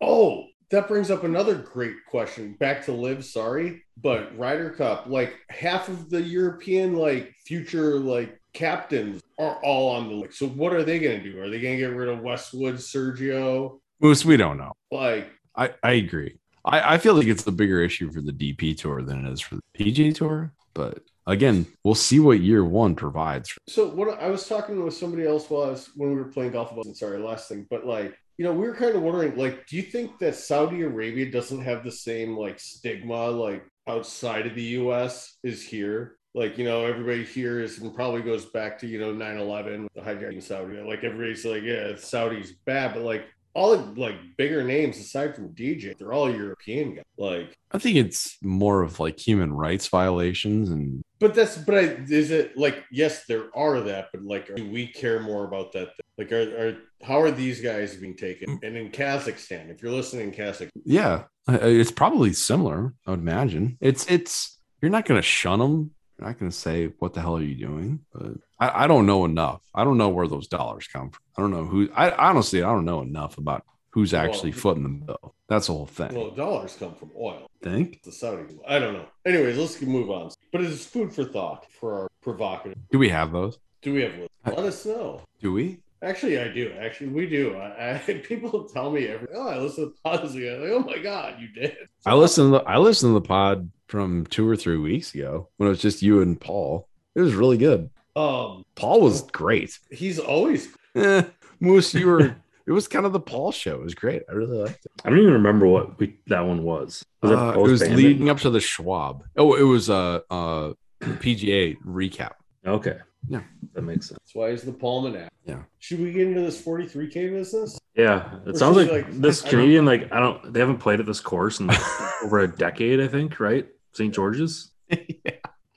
[SPEAKER 6] Oh, that brings up another great question. Back to live, sorry, but Ryder Cup, like half of the European like future like captains are all on the list. So what are they going to do? Are they going to get rid of Westwood, Sergio?
[SPEAKER 5] Moose, we don't know.
[SPEAKER 6] Like
[SPEAKER 5] I, I agree. I, I feel like it's the bigger issue for the DP tour than it is for the PGA tour. But again, we'll see what year one provides.
[SPEAKER 6] so what I was talking with somebody else was when we were playing golf about and sorry, last thing, but like you know, we were kind of wondering, like, do you think that Saudi Arabia doesn't have the same like stigma like outside of the US is here? Like, you know, everybody here is and probably goes back to, you know, 9-11, the hijacking in Saudi. Like everybody's like, yeah, it's- Saudi's bad, but like all the like bigger names aside from DJ, they're all European guys. Like
[SPEAKER 5] I think it's more of like human rights violations and
[SPEAKER 6] But that's but I, is it like yes, there are that, but like do we care more about that? Like are, are how are these guys being taken? And in Kazakhstan, if you're listening, in Kazakhstan,
[SPEAKER 5] yeah, I- I- it's probably similar. I would imagine it's it's you're not gonna shun them. You're not gonna say what the hell are you doing. But I, I don't know enough. I don't know where those dollars come from. I don't know who. I honestly I don't know enough about who's
[SPEAKER 6] Well-
[SPEAKER 5] actually footing the bill. That's the whole thing.
[SPEAKER 6] Well, dollars come from oil.
[SPEAKER 5] think?
[SPEAKER 6] The Saudi. I don't know. Anyways, let's move on. But it's food for thought for our provocative.
[SPEAKER 5] Do we have those?
[SPEAKER 6] Do we have? a list? Let us know.
[SPEAKER 5] Do we?
[SPEAKER 6] Actually, I do. Actually, we do. I, I people tell me every. Oh, I listen to the podcast. I'm Like, oh my god, you did.
[SPEAKER 5] I listened. To the, I listened to the pod from two or three weeks ago when it was just you and Paul. It was really good.
[SPEAKER 6] Um,
[SPEAKER 5] Paul was great.
[SPEAKER 6] he's always
[SPEAKER 5] Eh, Moose, you were. it was kind of the Paul show. It was great. I really liked it.
[SPEAKER 4] I don't even remember what we, that one was. Was that
[SPEAKER 5] Uh, it
[SPEAKER 4] post
[SPEAKER 5] was
[SPEAKER 4] Bandit?
[SPEAKER 5] leading up to the Schwab. Oh, it was a uh, uh, PGA recap.
[SPEAKER 4] Okay.
[SPEAKER 5] Yeah.
[SPEAKER 4] That makes sense.
[SPEAKER 6] That's why he's the Palmanac.
[SPEAKER 5] Yeah.
[SPEAKER 6] Should we get into this 43k business?
[SPEAKER 4] Yeah. It
[SPEAKER 6] Or
[SPEAKER 4] sounds
[SPEAKER 6] she's
[SPEAKER 4] like,
[SPEAKER 6] like,
[SPEAKER 4] this
[SPEAKER 6] I don't-
[SPEAKER 4] Canadian, like, I don't, they haven't played at this course in like, over a decade, I think, right? St. George's?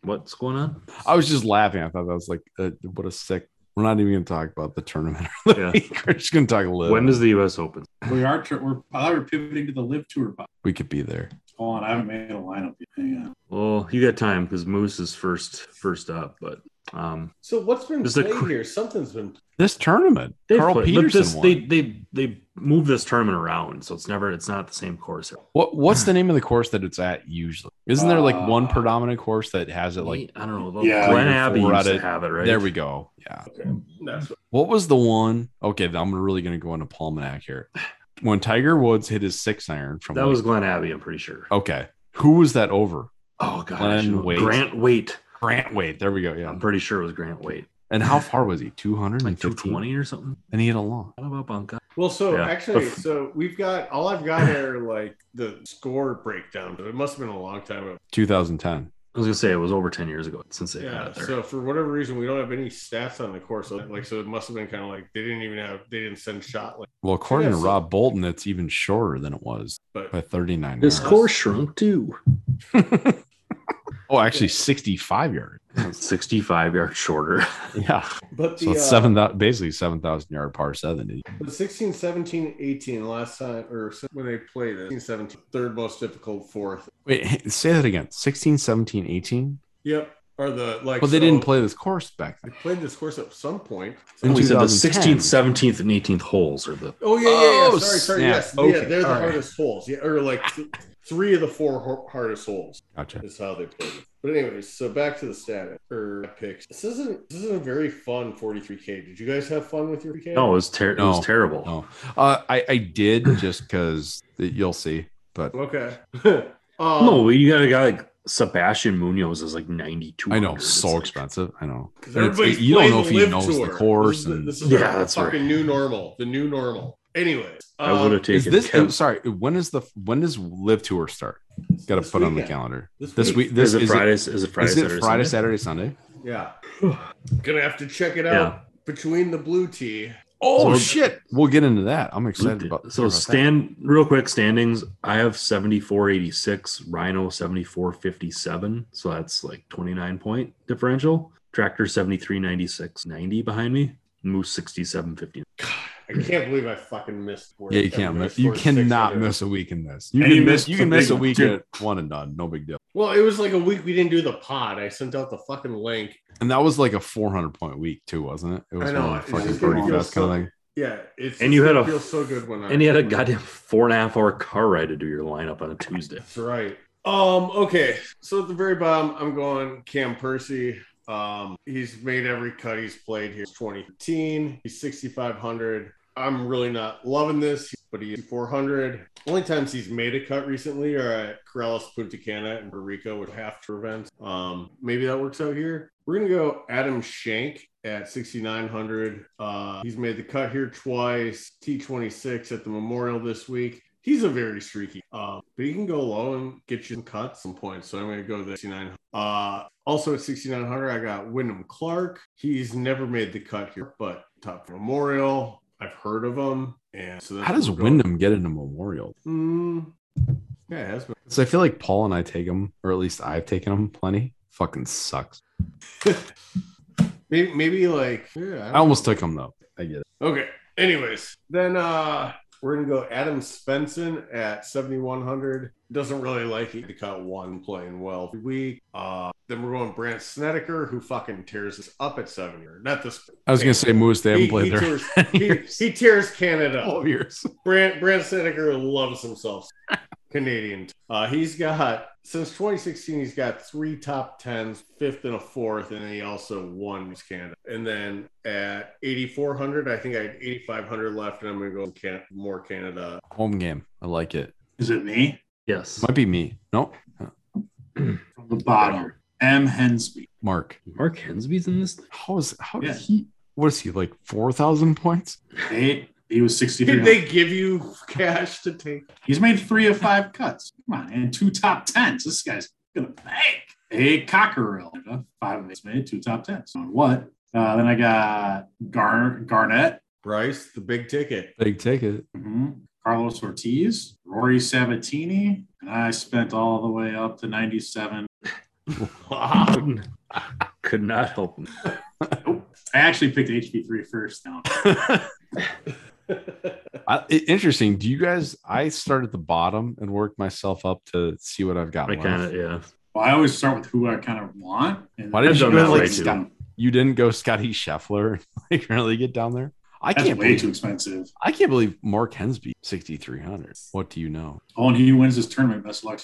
[SPEAKER 4] What's going on?
[SPEAKER 5] I was just laughing. I thought that was like, uh, what a sick. We're not even going to talk about the tournament. or the
[SPEAKER 4] Yeah.
[SPEAKER 5] week. We're just going to talk a little.
[SPEAKER 4] When does the U.S. Open?
[SPEAKER 2] We are tr- we're, I thought we we're pivoting to the live tour. Bob.
[SPEAKER 5] we could be there?
[SPEAKER 2] Hold on, I haven't made a lineup yet. Hang on.
[SPEAKER 4] Well, you got time because Moose is first, first up. But um,
[SPEAKER 6] So what's been
[SPEAKER 4] This is a
[SPEAKER 6] played
[SPEAKER 4] cr-
[SPEAKER 6] here? Something's been
[SPEAKER 5] This tournament,
[SPEAKER 4] they
[SPEAKER 5] Carl
[SPEAKER 4] play- but
[SPEAKER 5] Peterson
[SPEAKER 4] this-
[SPEAKER 5] won.
[SPEAKER 4] they they they move this tournament around, so it's never it's not the same course.
[SPEAKER 5] What What's the name of the course that it's at usually? Isn't there like one
[SPEAKER 2] Uh,
[SPEAKER 5] predominant course that has it? Like
[SPEAKER 4] I don't know.
[SPEAKER 2] Yeah.
[SPEAKER 4] Glen
[SPEAKER 5] Three or
[SPEAKER 4] Abbey
[SPEAKER 5] four
[SPEAKER 4] used to
[SPEAKER 5] Reddit.
[SPEAKER 4] have it, right?
[SPEAKER 5] there we go. Yeah.
[SPEAKER 6] okay. That's
[SPEAKER 5] What was the one? Okay, I'm really going to go into Palmanac here. When Tiger Woods hit his six iron from
[SPEAKER 4] That
[SPEAKER 5] like-
[SPEAKER 4] was Glen Abbey, I'm pretty sure.
[SPEAKER 5] okay. Who was that over?
[SPEAKER 4] Oh God,
[SPEAKER 5] Glen
[SPEAKER 4] I should know.
[SPEAKER 5] Waite.
[SPEAKER 4] Grant Wait.
[SPEAKER 5] Grant Wade. There we go. Yeah.
[SPEAKER 4] I'm pretty sure it was Grant Wait,
[SPEAKER 5] And how far was he? 200
[SPEAKER 4] like 220 or something.
[SPEAKER 5] And he hit a long.
[SPEAKER 4] I don't know about God.
[SPEAKER 6] well. So
[SPEAKER 4] Yeah.
[SPEAKER 6] actually, so we've got all I've got are like the score breakdown. But it must have been a long time ago.
[SPEAKER 5] 2010.
[SPEAKER 4] I was gonna say it was over 10 years ago since they had
[SPEAKER 6] Yeah.
[SPEAKER 4] it there.
[SPEAKER 6] So for whatever reason, we don't have any stats on the course. So, Like so, it must have been kind of like they didn't even have they didn't send shot like.
[SPEAKER 5] Well, according
[SPEAKER 6] Yeah,
[SPEAKER 5] to
[SPEAKER 6] so-
[SPEAKER 5] Rob Bolton, it's even shorter than it was
[SPEAKER 6] But
[SPEAKER 5] by 39
[SPEAKER 4] this
[SPEAKER 5] yards.
[SPEAKER 4] course shrunk too.
[SPEAKER 5] Oh, actually 65 yards.
[SPEAKER 4] 65 yards shorter.
[SPEAKER 5] Yeah.
[SPEAKER 6] but the
[SPEAKER 5] So it's
[SPEAKER 6] uh,
[SPEAKER 5] seven thou- basically 7,000 yard par 70.
[SPEAKER 6] But 16, 17, 18 last time, or se- when they played it, 16, 17, third most difficult, fourth.
[SPEAKER 5] Wait, hey, say that again. 16, 17, 18.
[SPEAKER 6] Yep. Or the like.
[SPEAKER 5] Well, they
[SPEAKER 6] so
[SPEAKER 5] didn't play this course back
[SPEAKER 6] They
[SPEAKER 5] then.
[SPEAKER 6] played this course at some point.
[SPEAKER 5] In
[SPEAKER 4] we said the
[SPEAKER 5] 2010.
[SPEAKER 4] 16th, 17th, and 18th holes are the
[SPEAKER 6] Oh yeah, yeah, yeah.
[SPEAKER 5] Oh,
[SPEAKER 6] sorry, sorry.
[SPEAKER 5] snap.
[SPEAKER 6] Yes, yeah.
[SPEAKER 5] Okay,
[SPEAKER 6] They're the
[SPEAKER 5] all right.
[SPEAKER 6] hardest holes. Yeah, or like th- three of the four ho- hardest holes
[SPEAKER 5] Gotcha.
[SPEAKER 6] is how they played it. But anyways, so back to the stat or picks. This isn't this isn't a very fun 43k. Did you guys have fun with your 43k?
[SPEAKER 4] no, it was, ter- it
[SPEAKER 5] No.
[SPEAKER 4] was terrible.
[SPEAKER 5] No. Uh, I, I did just because you'll see. But
[SPEAKER 6] Okay. um,
[SPEAKER 4] No, but you got a guy like Sebastian Munoz is like 92.
[SPEAKER 5] I know,
[SPEAKER 4] It's
[SPEAKER 5] so
[SPEAKER 4] like-
[SPEAKER 5] expensive. I know.
[SPEAKER 6] Because
[SPEAKER 5] And it's-
[SPEAKER 6] everybody's
[SPEAKER 5] you don't
[SPEAKER 6] playing
[SPEAKER 5] know if he
[SPEAKER 6] Live
[SPEAKER 5] knows
[SPEAKER 6] Tour.
[SPEAKER 5] the course.
[SPEAKER 6] This is,
[SPEAKER 5] and-
[SPEAKER 6] this is
[SPEAKER 4] Yeah,
[SPEAKER 6] our
[SPEAKER 4] that's
[SPEAKER 6] fucking new normal. The new normal. Anyway,
[SPEAKER 4] I would
[SPEAKER 6] Uh,
[SPEAKER 4] have
[SPEAKER 5] is
[SPEAKER 4] taken
[SPEAKER 5] this
[SPEAKER 4] Kev-
[SPEAKER 5] oh, sorry? When is the when does Live Tour start? Got to put on the calendar.
[SPEAKER 6] um, This,
[SPEAKER 5] This week. This
[SPEAKER 4] is it Friday? Is it Friday?
[SPEAKER 5] Is it
[SPEAKER 4] Saturday,
[SPEAKER 5] Friday,
[SPEAKER 4] Sunday?
[SPEAKER 5] Saturday, Sunday?
[SPEAKER 6] Yeah. Gonna have to check it out
[SPEAKER 4] Yeah.
[SPEAKER 6] between the blue tea.
[SPEAKER 5] Oh
[SPEAKER 4] So-
[SPEAKER 5] shit! We'll get into that. I'm excited about.
[SPEAKER 4] So
[SPEAKER 5] about that.
[SPEAKER 4] stand real quick standings. I have 7486, Rhino 7457. So that's like 29 point differential. Tractor 7396, 90 behind me. Moose 6750.
[SPEAKER 6] I can't believe I fucking missed. four-
[SPEAKER 5] Yeah, you
[SPEAKER 6] I
[SPEAKER 5] can't
[SPEAKER 6] missed
[SPEAKER 5] miss. You
[SPEAKER 6] four six
[SPEAKER 5] cannot
[SPEAKER 6] hundred.
[SPEAKER 5] miss a week in this. You
[SPEAKER 4] And
[SPEAKER 5] can
[SPEAKER 4] you
[SPEAKER 5] miss.
[SPEAKER 4] missed
[SPEAKER 5] You can
[SPEAKER 4] the
[SPEAKER 5] miss a
[SPEAKER 4] big
[SPEAKER 5] week
[SPEAKER 4] two.
[SPEAKER 5] at one and done. No big deal.
[SPEAKER 6] Well, it was like a week we didn't do the pod. I sent out the fucking link.
[SPEAKER 5] And that was like a 400 point week too, wasn't it? It was
[SPEAKER 6] I know,
[SPEAKER 5] one of
[SPEAKER 6] it's
[SPEAKER 5] the fucking
[SPEAKER 6] just
[SPEAKER 2] gonna
[SPEAKER 5] birdie
[SPEAKER 2] feel
[SPEAKER 5] fest kind
[SPEAKER 6] so-
[SPEAKER 5] of thing.
[SPEAKER 6] Yeah, it's
[SPEAKER 4] And you had
[SPEAKER 6] it
[SPEAKER 4] a-
[SPEAKER 6] feels so good when I
[SPEAKER 4] And you had a goddamn four and a half hour car ride to do your lineup on a Tuesday.
[SPEAKER 6] That's right. Um, okay. So at the very bottom, I'm going Cam Percy. Um, he's made every cut he's played here. It's 2013. He's 6,500. I'm really not loving this, but he's 400. Only times he's made a cut recently are at Corrales, Punta Cana, and Rico with half tour events. Um, maybe that works out here. We're gonna go Adam Shank at 6,900. Uh, he's made the cut here twice. T26 at the Memorial this week. He's a very streaky, uh, but he can go low and get you some cuts, some points. So I'm going to go with 69. Uh, also at 6,900, I got Wyndham Clark. He's never made the cut here, but top Memorial. I've heard of him. And so that's
[SPEAKER 5] How does
[SPEAKER 6] where we're going.
[SPEAKER 5] Wyndham get into Memorial?
[SPEAKER 6] Mm, yeah, it has been.
[SPEAKER 5] So I feel like Paul and I take them, or at least I've taken them plenty. Fucking sucks.
[SPEAKER 6] Maybe, maybe like yeah, I don't
[SPEAKER 5] I almost took them though. I get it.
[SPEAKER 6] Okay. Anyways, then uh we're gonna go Adam Spenson at seventy one hundred. doesn't really like it to cut one playing well every week. Uh, then we're going Brant Snedeker, who fucking tears us up at seven year. Not this.
[SPEAKER 5] I was going to say Moose. They haven't
[SPEAKER 6] he,
[SPEAKER 5] played
[SPEAKER 6] he
[SPEAKER 5] there
[SPEAKER 6] tears, he, he tears Canada. up.
[SPEAKER 5] twelve years.
[SPEAKER 6] Brant Brant Snedeker loves himself. Canadian. Uh, he's got since 2016, he's got three top tens, fifth and a fourth, and he also won Miss Canada. And then at 8,400, I think I had 8,500 left, and I'm going to go can- more Canada.
[SPEAKER 5] Home game. I like it.
[SPEAKER 2] Is it me?
[SPEAKER 4] Yes.
[SPEAKER 5] Might be me. No,
[SPEAKER 2] From the bottom. M. Hensby.
[SPEAKER 5] Mark.
[SPEAKER 4] Mark Hensby's in this?
[SPEAKER 5] How is how
[SPEAKER 2] Yeah.
[SPEAKER 5] did he? What is he like? Four thousand points.
[SPEAKER 2] They, he was 63.
[SPEAKER 6] Did they give you cash to take?
[SPEAKER 2] He's made three of five cuts. Come on, and two top tens. This guy's gonna bang. Hey, Cockerill. Five of eight made, two top tens. On what? Uh, then I got Gar- Garnett,
[SPEAKER 6] Bryce, the big ticket.
[SPEAKER 5] Big ticket.
[SPEAKER 2] mhm, Carlos Ortiz, Rory Sabatini, and I spent all the way up to 97.
[SPEAKER 4] Could not help him.
[SPEAKER 2] I actually picked HP3 first. Now.
[SPEAKER 5] I, i- interesting. Do you guys? I start at the bottom and work myself up to see what I've got.
[SPEAKER 4] I
[SPEAKER 5] left.
[SPEAKER 4] kind of, yeah.
[SPEAKER 2] Well, I always start with who I kind of want. And
[SPEAKER 5] Why did
[SPEAKER 4] I've
[SPEAKER 5] you
[SPEAKER 4] done
[SPEAKER 5] go
[SPEAKER 4] that
[SPEAKER 5] like
[SPEAKER 4] way too.
[SPEAKER 2] That's
[SPEAKER 5] you didn't go Scotty Scheffler and like really get down there? I
[SPEAKER 2] way
[SPEAKER 5] can't believe
[SPEAKER 2] too expensive.
[SPEAKER 5] I can't believe Mark Hensby sixty three hundred. What do you know?
[SPEAKER 2] Oh, and he wins this tournament. Best luck.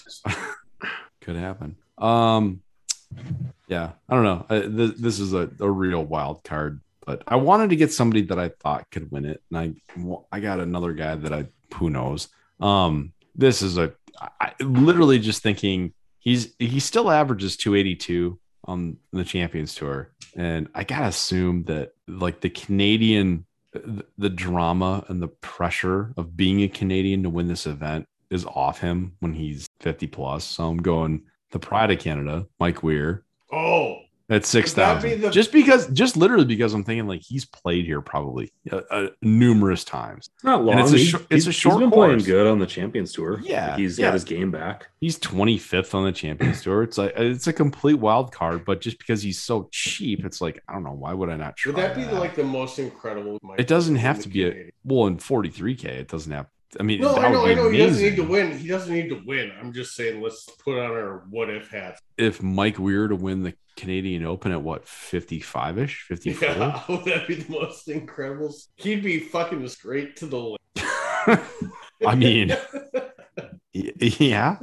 [SPEAKER 5] Could happen. Um, yeah, I don't know. I, this, this is a, a real wild card, but I wanted to get somebody that I thought could win it, and I I got another guy that I who knows. Um, this is a I, I- literally just thinking he's he still averages two eighty two on the Champions Tour, and I gotta assume that like the Canadian the, the drama and the pressure of being a Canadian to win this event is off him when he's 50 plus. So I'm going the pride of Canada, Mike Weir
[SPEAKER 6] Oh,
[SPEAKER 5] at
[SPEAKER 6] be
[SPEAKER 5] 6,000.
[SPEAKER 6] the-
[SPEAKER 5] just because, just literally because I'm thinking like he's played here probably uh, uh, numerous times.
[SPEAKER 4] It's not
[SPEAKER 5] And
[SPEAKER 4] long.
[SPEAKER 5] it's a
[SPEAKER 4] He-
[SPEAKER 5] shor- it's
[SPEAKER 4] he's-
[SPEAKER 5] a short
[SPEAKER 4] He's been playing
[SPEAKER 5] course.
[SPEAKER 4] good on the Champions Tour.
[SPEAKER 5] Yeah,
[SPEAKER 4] Like, he's
[SPEAKER 5] yeah.
[SPEAKER 4] got his game back.
[SPEAKER 5] He's 25th on the Champions Tour. It's like it's a complete wild card, but just because he's so cheap, it's like I don't know why would I not try
[SPEAKER 6] would that be like the most incredible?
[SPEAKER 5] It doesn't have to be a well in 43k. It doesn't have. I mean,
[SPEAKER 6] No,
[SPEAKER 5] that
[SPEAKER 6] I
[SPEAKER 5] would
[SPEAKER 6] know,
[SPEAKER 5] be
[SPEAKER 6] I know. He doesn't need to
[SPEAKER 5] amazing.
[SPEAKER 6] win. He doesn't need to win. I'm just saying, let's put on our what if hats.
[SPEAKER 5] if Mike Weir to win the Canadian Open at what 55 ish, 54.
[SPEAKER 6] Yeah, would that be the most incredible? He'd be fucking straight to the. lake.
[SPEAKER 5] I mean, y- yeah,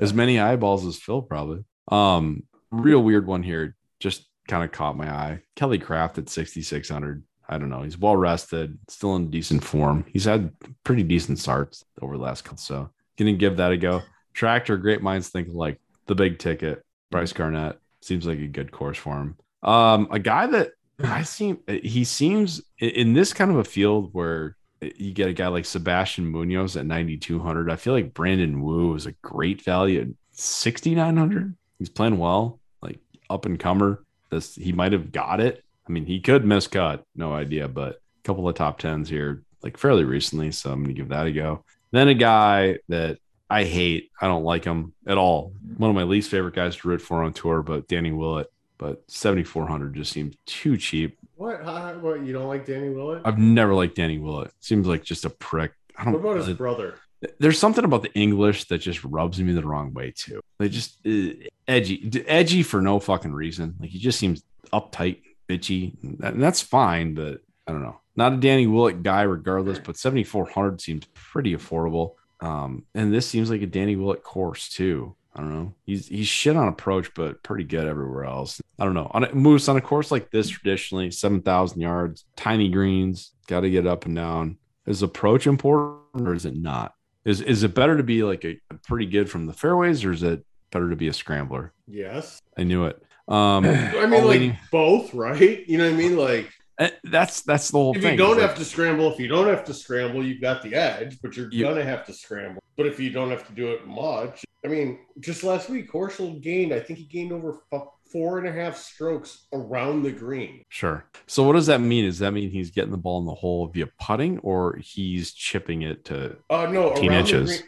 [SPEAKER 5] as many eyeballs as Phil probably. Um, real weird one here, just kind of caught my eye. Kelly Kraft at 6,600. I don't know. He's well rested, still in decent form. He's had pretty decent starts over the last couple, so gonna give that a go. Tractor, great minds think like the big ticket. Bryce Garnett seems like a good course for him. Um, a guy that I seem he seems in- in this kind of a field where you get a guy like Sebastian Munoz at 9,200. I feel like Brandon Wu is a great value at 6,900. He's playing well, like up and comer. This he might have got it. I mean, he could miss cut, no idea, but a couple of top tens here, like fairly recently. So I'm gonna give that a go. Then a guy that I hate, I don't like him at all. One of my least favorite guys to root for on tour, but Danny Willett. But 7,400 just seemed too cheap.
[SPEAKER 6] What? Huh? What? You don't like Danny Willett?
[SPEAKER 5] I've never liked Danny Willett. Seems like just a prick. I don't.
[SPEAKER 6] what about his
[SPEAKER 5] really-
[SPEAKER 6] brother?
[SPEAKER 5] There's something about the English that just rubs me the wrong way too. They just uh, edgy, d- edgy for no fucking reason. Like he just seems uptight, bitchy, and that- and that's fine. But I don't know. Not a Danny Willett guy, regardless. But 7,400 seems pretty affordable. Um, and this seems like a Danny Willett course too. I don't know. He's he's shit on approach, but pretty good everywhere else. I don't know. On a, Moose on a course like this, traditionally seven thousand yards, tiny greens, got to get up and down. Is approach important or is it not? Is is it better to be like a, a pretty good from the fairways or is it better to be a scrambler?
[SPEAKER 6] Yes.
[SPEAKER 5] I knew it. Um,
[SPEAKER 6] I mean,
[SPEAKER 5] only-
[SPEAKER 6] like both, right? You know what I mean? Like,
[SPEAKER 5] eh, that's that's the whole
[SPEAKER 6] if
[SPEAKER 5] thing.
[SPEAKER 6] you don't
[SPEAKER 5] It's
[SPEAKER 6] have to scramble, if you don't have to scramble, you've got the edge, but you're
[SPEAKER 5] You-
[SPEAKER 6] gonna have to scramble. But if you don't have to do it much, I mean, just last week, Horschel gained. I think he gained over fu- four and a half strokes around the green.
[SPEAKER 5] Sure. So what does that mean? Does that mean he's getting the ball in the hole via putting or he's chipping it to
[SPEAKER 6] Uh, no,
[SPEAKER 5] 18
[SPEAKER 6] around
[SPEAKER 5] inches.
[SPEAKER 6] The green,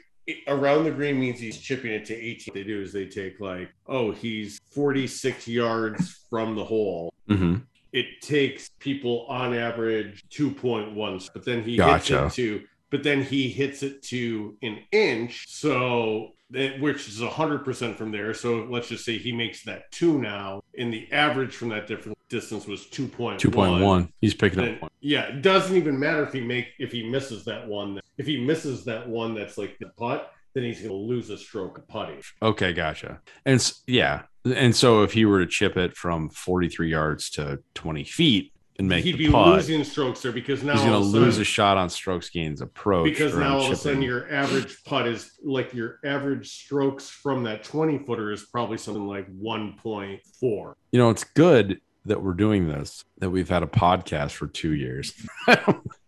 [SPEAKER 6] around the green means he's chipping it to 18. What they do is they take like, oh, he's 46 yards from the hole. It takes people on average 2.1, but then he
[SPEAKER 5] Gotcha.
[SPEAKER 6] hits it to but then he hits it to an inch. So that which is 100% from there. So let's just say he makes that two now, and the average from that different distance was 2.1.
[SPEAKER 5] 2.1. He's picking
[SPEAKER 6] Then-
[SPEAKER 5] up one.
[SPEAKER 6] yeah, it doesn't even matter if he make if he misses that one. If he misses that one, that's like the putt. Then he's going to lose a stroke of putting.
[SPEAKER 5] Okay, gotcha. And s- yeah. And so if he were to chip it from 43 yards to 20 feet and make
[SPEAKER 6] He'd
[SPEAKER 5] the
[SPEAKER 6] be
[SPEAKER 5] putt,
[SPEAKER 6] losing strokes there because now
[SPEAKER 5] he's going to
[SPEAKER 6] all of
[SPEAKER 5] lose
[SPEAKER 6] sudden-
[SPEAKER 5] a shot on strokes gains approach.
[SPEAKER 6] because
[SPEAKER 5] or on
[SPEAKER 6] now all of a
[SPEAKER 5] chipping.
[SPEAKER 6] sudden your average putt is like your average strokes from that 20 footer is probably something like 1.4
[SPEAKER 5] you know, it's good that we're doing this, that we've had a podcast for two years. and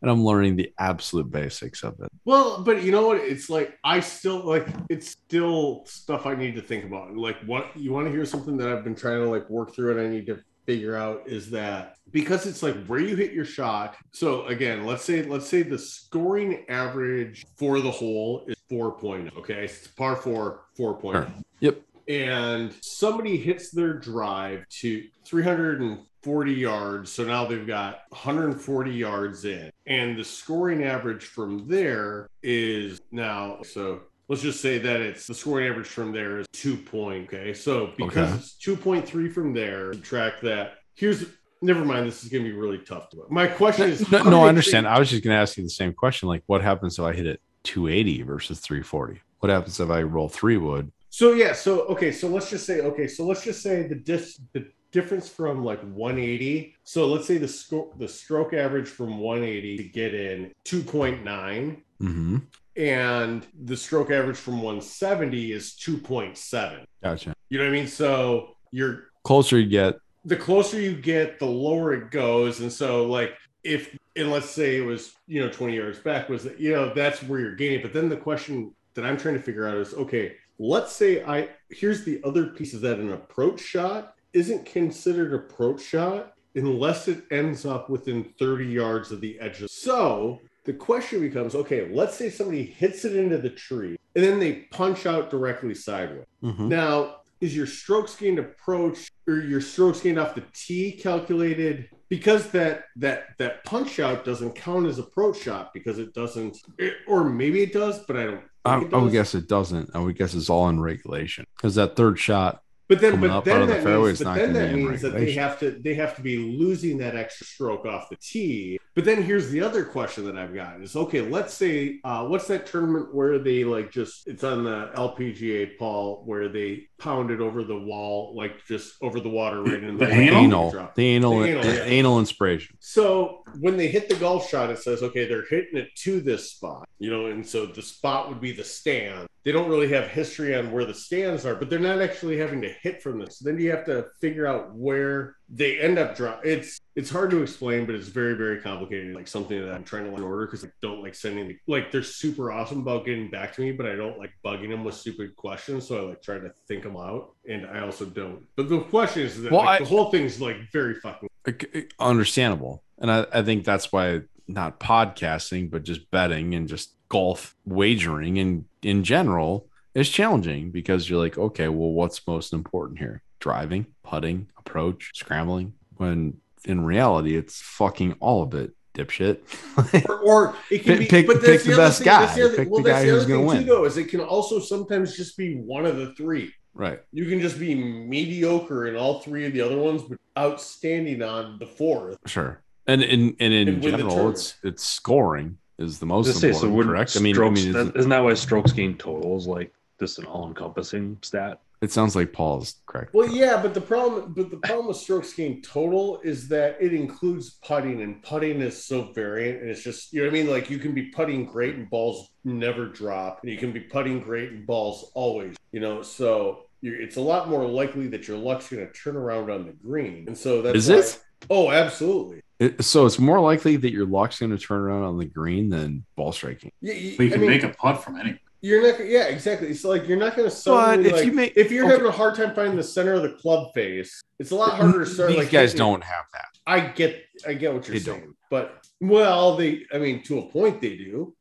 [SPEAKER 5] I'm learning the absolute basics of it.
[SPEAKER 6] well but you know what it's like i still like it's still stuff i need to think about like what you want to hear something that i've been trying to like work through and i need to figure out is that because it's like where you hit your shot so again let's say let's say the scoring average for the hole is 4.0 okay it's par 4 4.0
[SPEAKER 5] Sure. Yep.
[SPEAKER 6] and somebody hits their drive to 340 yards. So now they've got 140 yards in, and the scoring average from there is now so. Let's just say that it's the scoring average from there is two point. Okay. So because
[SPEAKER 5] Okay.
[SPEAKER 6] it's 2.3 from there, subtract that. Here's never mind. This is going to be really tough to My question is
[SPEAKER 5] No,
[SPEAKER 6] how
[SPEAKER 5] no,
[SPEAKER 6] do
[SPEAKER 5] I
[SPEAKER 6] you
[SPEAKER 5] understand.
[SPEAKER 6] think-
[SPEAKER 5] I was just going to ask you the same question. Like, what happens if I hit it 280 versus 340? What happens if I roll three wood?
[SPEAKER 6] So yeah, so okay, so let's just say okay, so let's just say the dis the difference from like 180. So let's say the score the stroke average from 180 to get in 2.9
[SPEAKER 5] Mm-hmm.
[SPEAKER 6] and the stroke average from 170 is 2.7.
[SPEAKER 5] Gotcha.
[SPEAKER 6] You know what I mean? So you're
[SPEAKER 5] Closer you get,
[SPEAKER 6] the closer you get, the lower it goes. And so, like, if, and let's say it was, you know, 20 yards back, was that, you know, that's where you're gaining. But then the question that I'm trying to figure out is okay, let's say I, here's the other piece is that an approach shot isn't considered approach shot unless it ends up within 30 yards of the edge. of- So the question becomes okay, let's say somebody hits it into the tree and then they punch out directly sideways.
[SPEAKER 5] Mm-hmm.
[SPEAKER 6] Now, is your strokes gained approach or your strokes gained off the tee calculated because that that that punch out doesn't count as approach shot because it doesn't, or maybe it does, but I don't. think
[SPEAKER 5] I,
[SPEAKER 6] it
[SPEAKER 5] I would
[SPEAKER 6] does.
[SPEAKER 5] guess it doesn't. I would guess it's all in regulation because that third shot.
[SPEAKER 6] But then,
[SPEAKER 5] coming up
[SPEAKER 6] but
[SPEAKER 5] out
[SPEAKER 6] then
[SPEAKER 5] of the
[SPEAKER 6] that
[SPEAKER 5] fairway
[SPEAKER 6] means,
[SPEAKER 5] is
[SPEAKER 6] but
[SPEAKER 5] not
[SPEAKER 6] then
[SPEAKER 5] gonna
[SPEAKER 6] that
[SPEAKER 5] be in
[SPEAKER 6] means that they
[SPEAKER 5] regulation.
[SPEAKER 6] have to they have to be losing that extra stroke off the tee. But then here's the other question that I've gotten is okay, let's say uh, what's that tournament where they like just it's on the LPGA Paul where they pound it over the wall like just over the water right in
[SPEAKER 2] The
[SPEAKER 6] the
[SPEAKER 2] Anal?
[SPEAKER 5] Anal,
[SPEAKER 6] drop.
[SPEAKER 5] the anal,
[SPEAKER 6] The
[SPEAKER 5] the
[SPEAKER 6] anal, yeah.
[SPEAKER 5] anal inspiration.
[SPEAKER 6] So when they hit the golf shot, it says, okay, they're hitting it to this spot, you know, and so the spot would be the stand. They don't really have history on where the stands are, but they're not actually having to hit from this. Then you have to figure out where they end up drop. It's it's hard to explain, but it's very very complicated. Like something that I'm trying to learn in order because I don't like sending the, like they're super awesome about getting back to me, but I don't like bugging them with stupid questions. So I like try to think them out, and I also don't. But the question is that
[SPEAKER 5] Well,
[SPEAKER 6] like,
[SPEAKER 5] I-
[SPEAKER 6] the whole thing's like very fucking
[SPEAKER 5] Like, understandable. And I, I think that's why not podcasting, but just betting and just golf wagering and in general is challenging because you're like, okay, well, what's most important here? Driving, putting, approach, scrambling. When in reality, it's fucking all of it, dipshit.
[SPEAKER 6] or, or it
[SPEAKER 5] Pick-
[SPEAKER 6] can be,
[SPEAKER 5] pick-
[SPEAKER 6] but
[SPEAKER 5] pick
[SPEAKER 6] that's
[SPEAKER 5] the
[SPEAKER 6] other
[SPEAKER 5] best
[SPEAKER 6] thing,
[SPEAKER 5] guy.
[SPEAKER 6] That's the other,
[SPEAKER 5] Pick
[SPEAKER 6] well,
[SPEAKER 5] the
[SPEAKER 6] that's
[SPEAKER 5] guy
[SPEAKER 6] the
[SPEAKER 5] who's
[SPEAKER 6] other
[SPEAKER 5] gonna
[SPEAKER 6] thing
[SPEAKER 5] win.
[SPEAKER 6] too, though, is it can also sometimes just be one of the three.
[SPEAKER 5] right.
[SPEAKER 6] You can just be mediocre in all three of the other ones, but outstanding on the fourth.
[SPEAKER 5] Sure. And in and in
[SPEAKER 6] And win the
[SPEAKER 5] general,
[SPEAKER 6] tournament.
[SPEAKER 5] it's it's scoring is the most
[SPEAKER 4] Just
[SPEAKER 5] important,
[SPEAKER 4] say, so wouldn't
[SPEAKER 5] correct? I mean,
[SPEAKER 4] Strokes,
[SPEAKER 5] I mean,
[SPEAKER 4] that,
[SPEAKER 5] it's-
[SPEAKER 4] isn't that why strokes gain totals like just an all-encompassing stat?
[SPEAKER 5] it sounds like Paul's correct.
[SPEAKER 6] Well, yeah, but the problem, but the problem with strokes gained total is that it includes putting, and putting is so variant, and it's just you know what I mean. Like you can be putting great and balls never drop, and you can be putting great and balls always. You know, so you're, it's a lot more likely that your luck's going to turn around on the green, and so that's
[SPEAKER 5] Is
[SPEAKER 6] why-
[SPEAKER 5] it?
[SPEAKER 6] Oh, absolutely.
[SPEAKER 5] It- so it's more likely that your luck's going to turn around on the green than ball striking.
[SPEAKER 6] Yeah, you,
[SPEAKER 2] Well, you
[SPEAKER 6] I
[SPEAKER 2] can
[SPEAKER 6] mean,
[SPEAKER 2] make a putt from anywhere.
[SPEAKER 6] You're not. Yeah, exactly. It's like you're not going to suddenly.
[SPEAKER 5] if
[SPEAKER 6] like,
[SPEAKER 5] you make-
[SPEAKER 6] if you're
[SPEAKER 5] okay.
[SPEAKER 6] having a hard time finding the center of the club face, it's a lot harder to start.
[SPEAKER 5] These
[SPEAKER 6] like,
[SPEAKER 5] guys
[SPEAKER 6] hitting-
[SPEAKER 5] don't have that.
[SPEAKER 6] I get. I get what you're
[SPEAKER 5] They
[SPEAKER 6] saying,
[SPEAKER 5] don't.
[SPEAKER 6] but well, they. I mean, to a point, they do.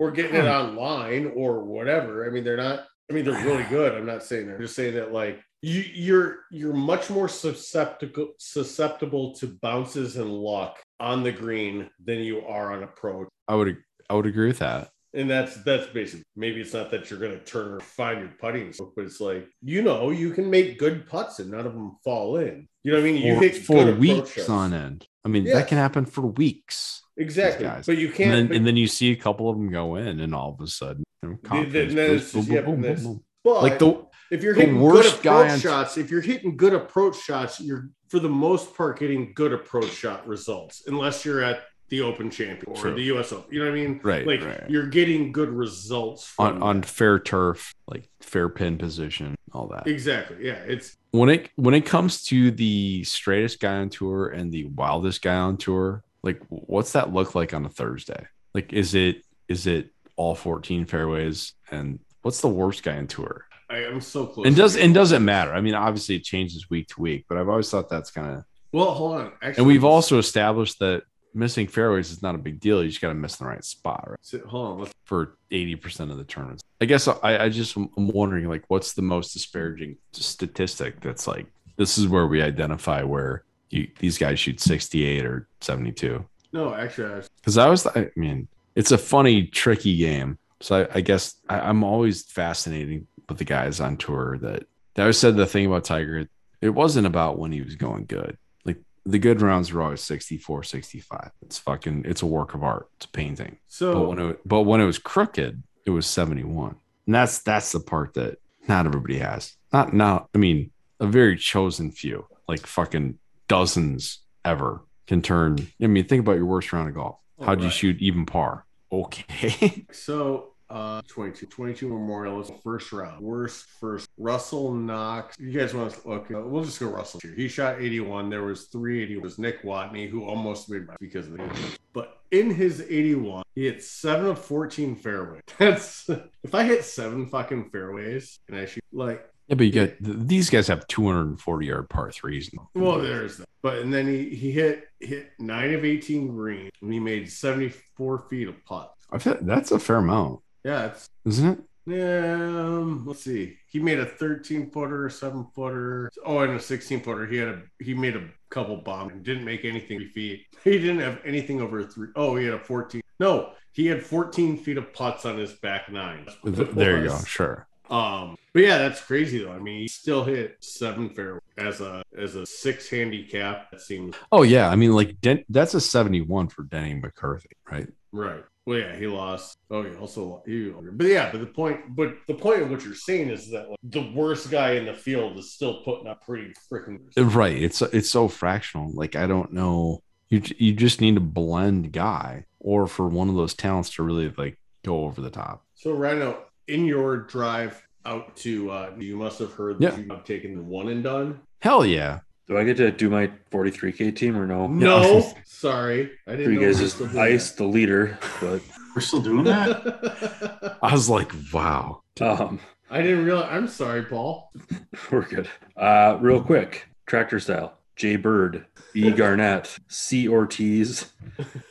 [SPEAKER 6] Or getting it
[SPEAKER 5] Hmm.
[SPEAKER 6] online or whatever. I mean, they're not. I mean, they're really good. I'm not saying that. I'm just saying that like you, you're you're much more susceptible susceptible to bounces and luck on the green than you are on approach.
[SPEAKER 5] I would I would agree with that.
[SPEAKER 6] And that's that's basically maybe it's not that you're going to turn or find your putting stroke, but it's like you know you can make good putts and none of them fall in. You know what I mean? You
[SPEAKER 5] For,
[SPEAKER 6] hit
[SPEAKER 5] for
[SPEAKER 6] good approach
[SPEAKER 5] weeks
[SPEAKER 6] shots.
[SPEAKER 5] on end. I mean,
[SPEAKER 6] Yeah.
[SPEAKER 5] that can happen for weeks.
[SPEAKER 6] exactly,
[SPEAKER 5] guys.
[SPEAKER 6] but you
[SPEAKER 5] And
[SPEAKER 6] can't.
[SPEAKER 5] then,
[SPEAKER 6] but-
[SPEAKER 5] and then you see a couple of them go in, and all of a sudden, their confidence
[SPEAKER 6] then
[SPEAKER 5] boost,
[SPEAKER 6] it's just,
[SPEAKER 5] boom,
[SPEAKER 6] yeah,
[SPEAKER 5] boom, boom,
[SPEAKER 6] and that's-
[SPEAKER 5] boom.
[SPEAKER 6] but
[SPEAKER 5] Like the
[SPEAKER 6] if you're
[SPEAKER 5] the
[SPEAKER 6] hitting
[SPEAKER 5] worst
[SPEAKER 6] good
[SPEAKER 5] guy
[SPEAKER 6] approach
[SPEAKER 5] on-
[SPEAKER 6] shots, if you're hitting good approach shots, you're for the most part getting good approach shot results, unless you're at the Open Champion or
[SPEAKER 5] True.
[SPEAKER 6] the U.S. Open. You know what I mean?
[SPEAKER 5] Right,
[SPEAKER 6] Like
[SPEAKER 5] right.
[SPEAKER 6] you're getting good results
[SPEAKER 5] on,
[SPEAKER 6] from
[SPEAKER 5] on
[SPEAKER 6] that.
[SPEAKER 5] fair turf, like fair pin position, all that.
[SPEAKER 6] exactly. Yeah, it's
[SPEAKER 5] when it when it comes to the straightest guy on tour and the wildest guy on tour, like what's that look like on a Thursday? Like is it is it all 14 fairways and what's the worst guy on tour?
[SPEAKER 6] I, I'm so close.
[SPEAKER 5] And
[SPEAKER 6] to
[SPEAKER 5] does
[SPEAKER 6] you.
[SPEAKER 5] and doesn't matter. I mean, obviously it changes week to week, but I've always thought that's kind of
[SPEAKER 6] well, hold on. Actually,
[SPEAKER 5] and we've also established that missing fairways is not a big deal. You just got to miss the right spot, right?
[SPEAKER 6] So- hold on. Let's,
[SPEAKER 5] for 80% of the tournaments. I guess I, I just am wondering like what's the most disparaging statistic that's like this is where we identify where you these guys shoot 68 or 72.
[SPEAKER 6] no, actually, I was,
[SPEAKER 5] Because I was I mean, it's a funny, tricky game. So I, I guess I, I'm always fascinated with the guys on tour that I always said the thing about Tiger, it wasn't about when he was going good. Like the good rounds were always 64, 65. It's fucking it's a work of art. It's a painting but
[SPEAKER 6] so
[SPEAKER 5] when it but when it was crooked, it was 71. And that's that's the part that not everybody has. Not now, I mean, a very chosen few, like fucking dozens ever can turn. I mean, think about your worst round of golf.
[SPEAKER 6] Oh,
[SPEAKER 5] How'd you
[SPEAKER 6] right.
[SPEAKER 5] shoot even par? Okay.
[SPEAKER 6] so. Uh, 22, 22 Memorial is the first round. Worst first. Russell Knox. You guys want to look? we'll just go Russell here. He shot 81. There was 380. It was Nick Watney who almost made my because of the injury. But in his 81, he hit seven of 14 fairway. That's if I hit seven fucking fairways and I shoot like
[SPEAKER 5] yeah, but you got th- these guys have 240 yard par threes.
[SPEAKER 6] Well, there's that. But and then he he hit hit nine of eighteen green, and he made seventy four feet of putt.
[SPEAKER 5] I feel, that's a fair amount,
[SPEAKER 6] Yeah, it's
[SPEAKER 5] isn't it?
[SPEAKER 6] yeah. Um, let's see. He made a thirteen footer, a seven footer. Oh, and a sixteen footer. He had a he made a couple bomb and didn't make anything three feet. He didn't have anything over three oh he had a fourteen. No, he had fourteen feet of putts on his back nine. That's what
[SPEAKER 5] Th-
[SPEAKER 6] it
[SPEAKER 5] there you
[SPEAKER 6] was.
[SPEAKER 5] go. Sure.
[SPEAKER 6] Um, but yeah, that's crazy though. I mean, he still hit seven fairways as a as a six handicap. That seems
[SPEAKER 5] Oh yeah, I mean, like Den- that's a 71 for Denny McCarthy, right?
[SPEAKER 6] Right. Well, yeah, he lost. Oh, he also lost. He, but yeah, but the point, but the point of what you're saying is that like, the worst guy in the field is still putting up pretty freaking.
[SPEAKER 5] right it's it's so fractional like i don't know you j- you just need to blend guy or for one of those talents to really like go over the top
[SPEAKER 6] So Rhino, in your drive out to, uh you must have heard that you have taken the one and done.
[SPEAKER 5] hell yeah
[SPEAKER 4] Do I get to do my 43k team or no?
[SPEAKER 6] No, sorry, I didn't.
[SPEAKER 4] You
[SPEAKER 6] know
[SPEAKER 4] guys
[SPEAKER 6] we
[SPEAKER 4] just
[SPEAKER 6] still did
[SPEAKER 4] ice the leader, but
[SPEAKER 2] We're still doing that?
[SPEAKER 6] that.
[SPEAKER 5] i was like wow
[SPEAKER 4] um,
[SPEAKER 6] I didn't realize. I'm sorry, Paul.
[SPEAKER 4] we're good. Uh, real quick, tractor style. J Bird, B Garnett, C Ortiz,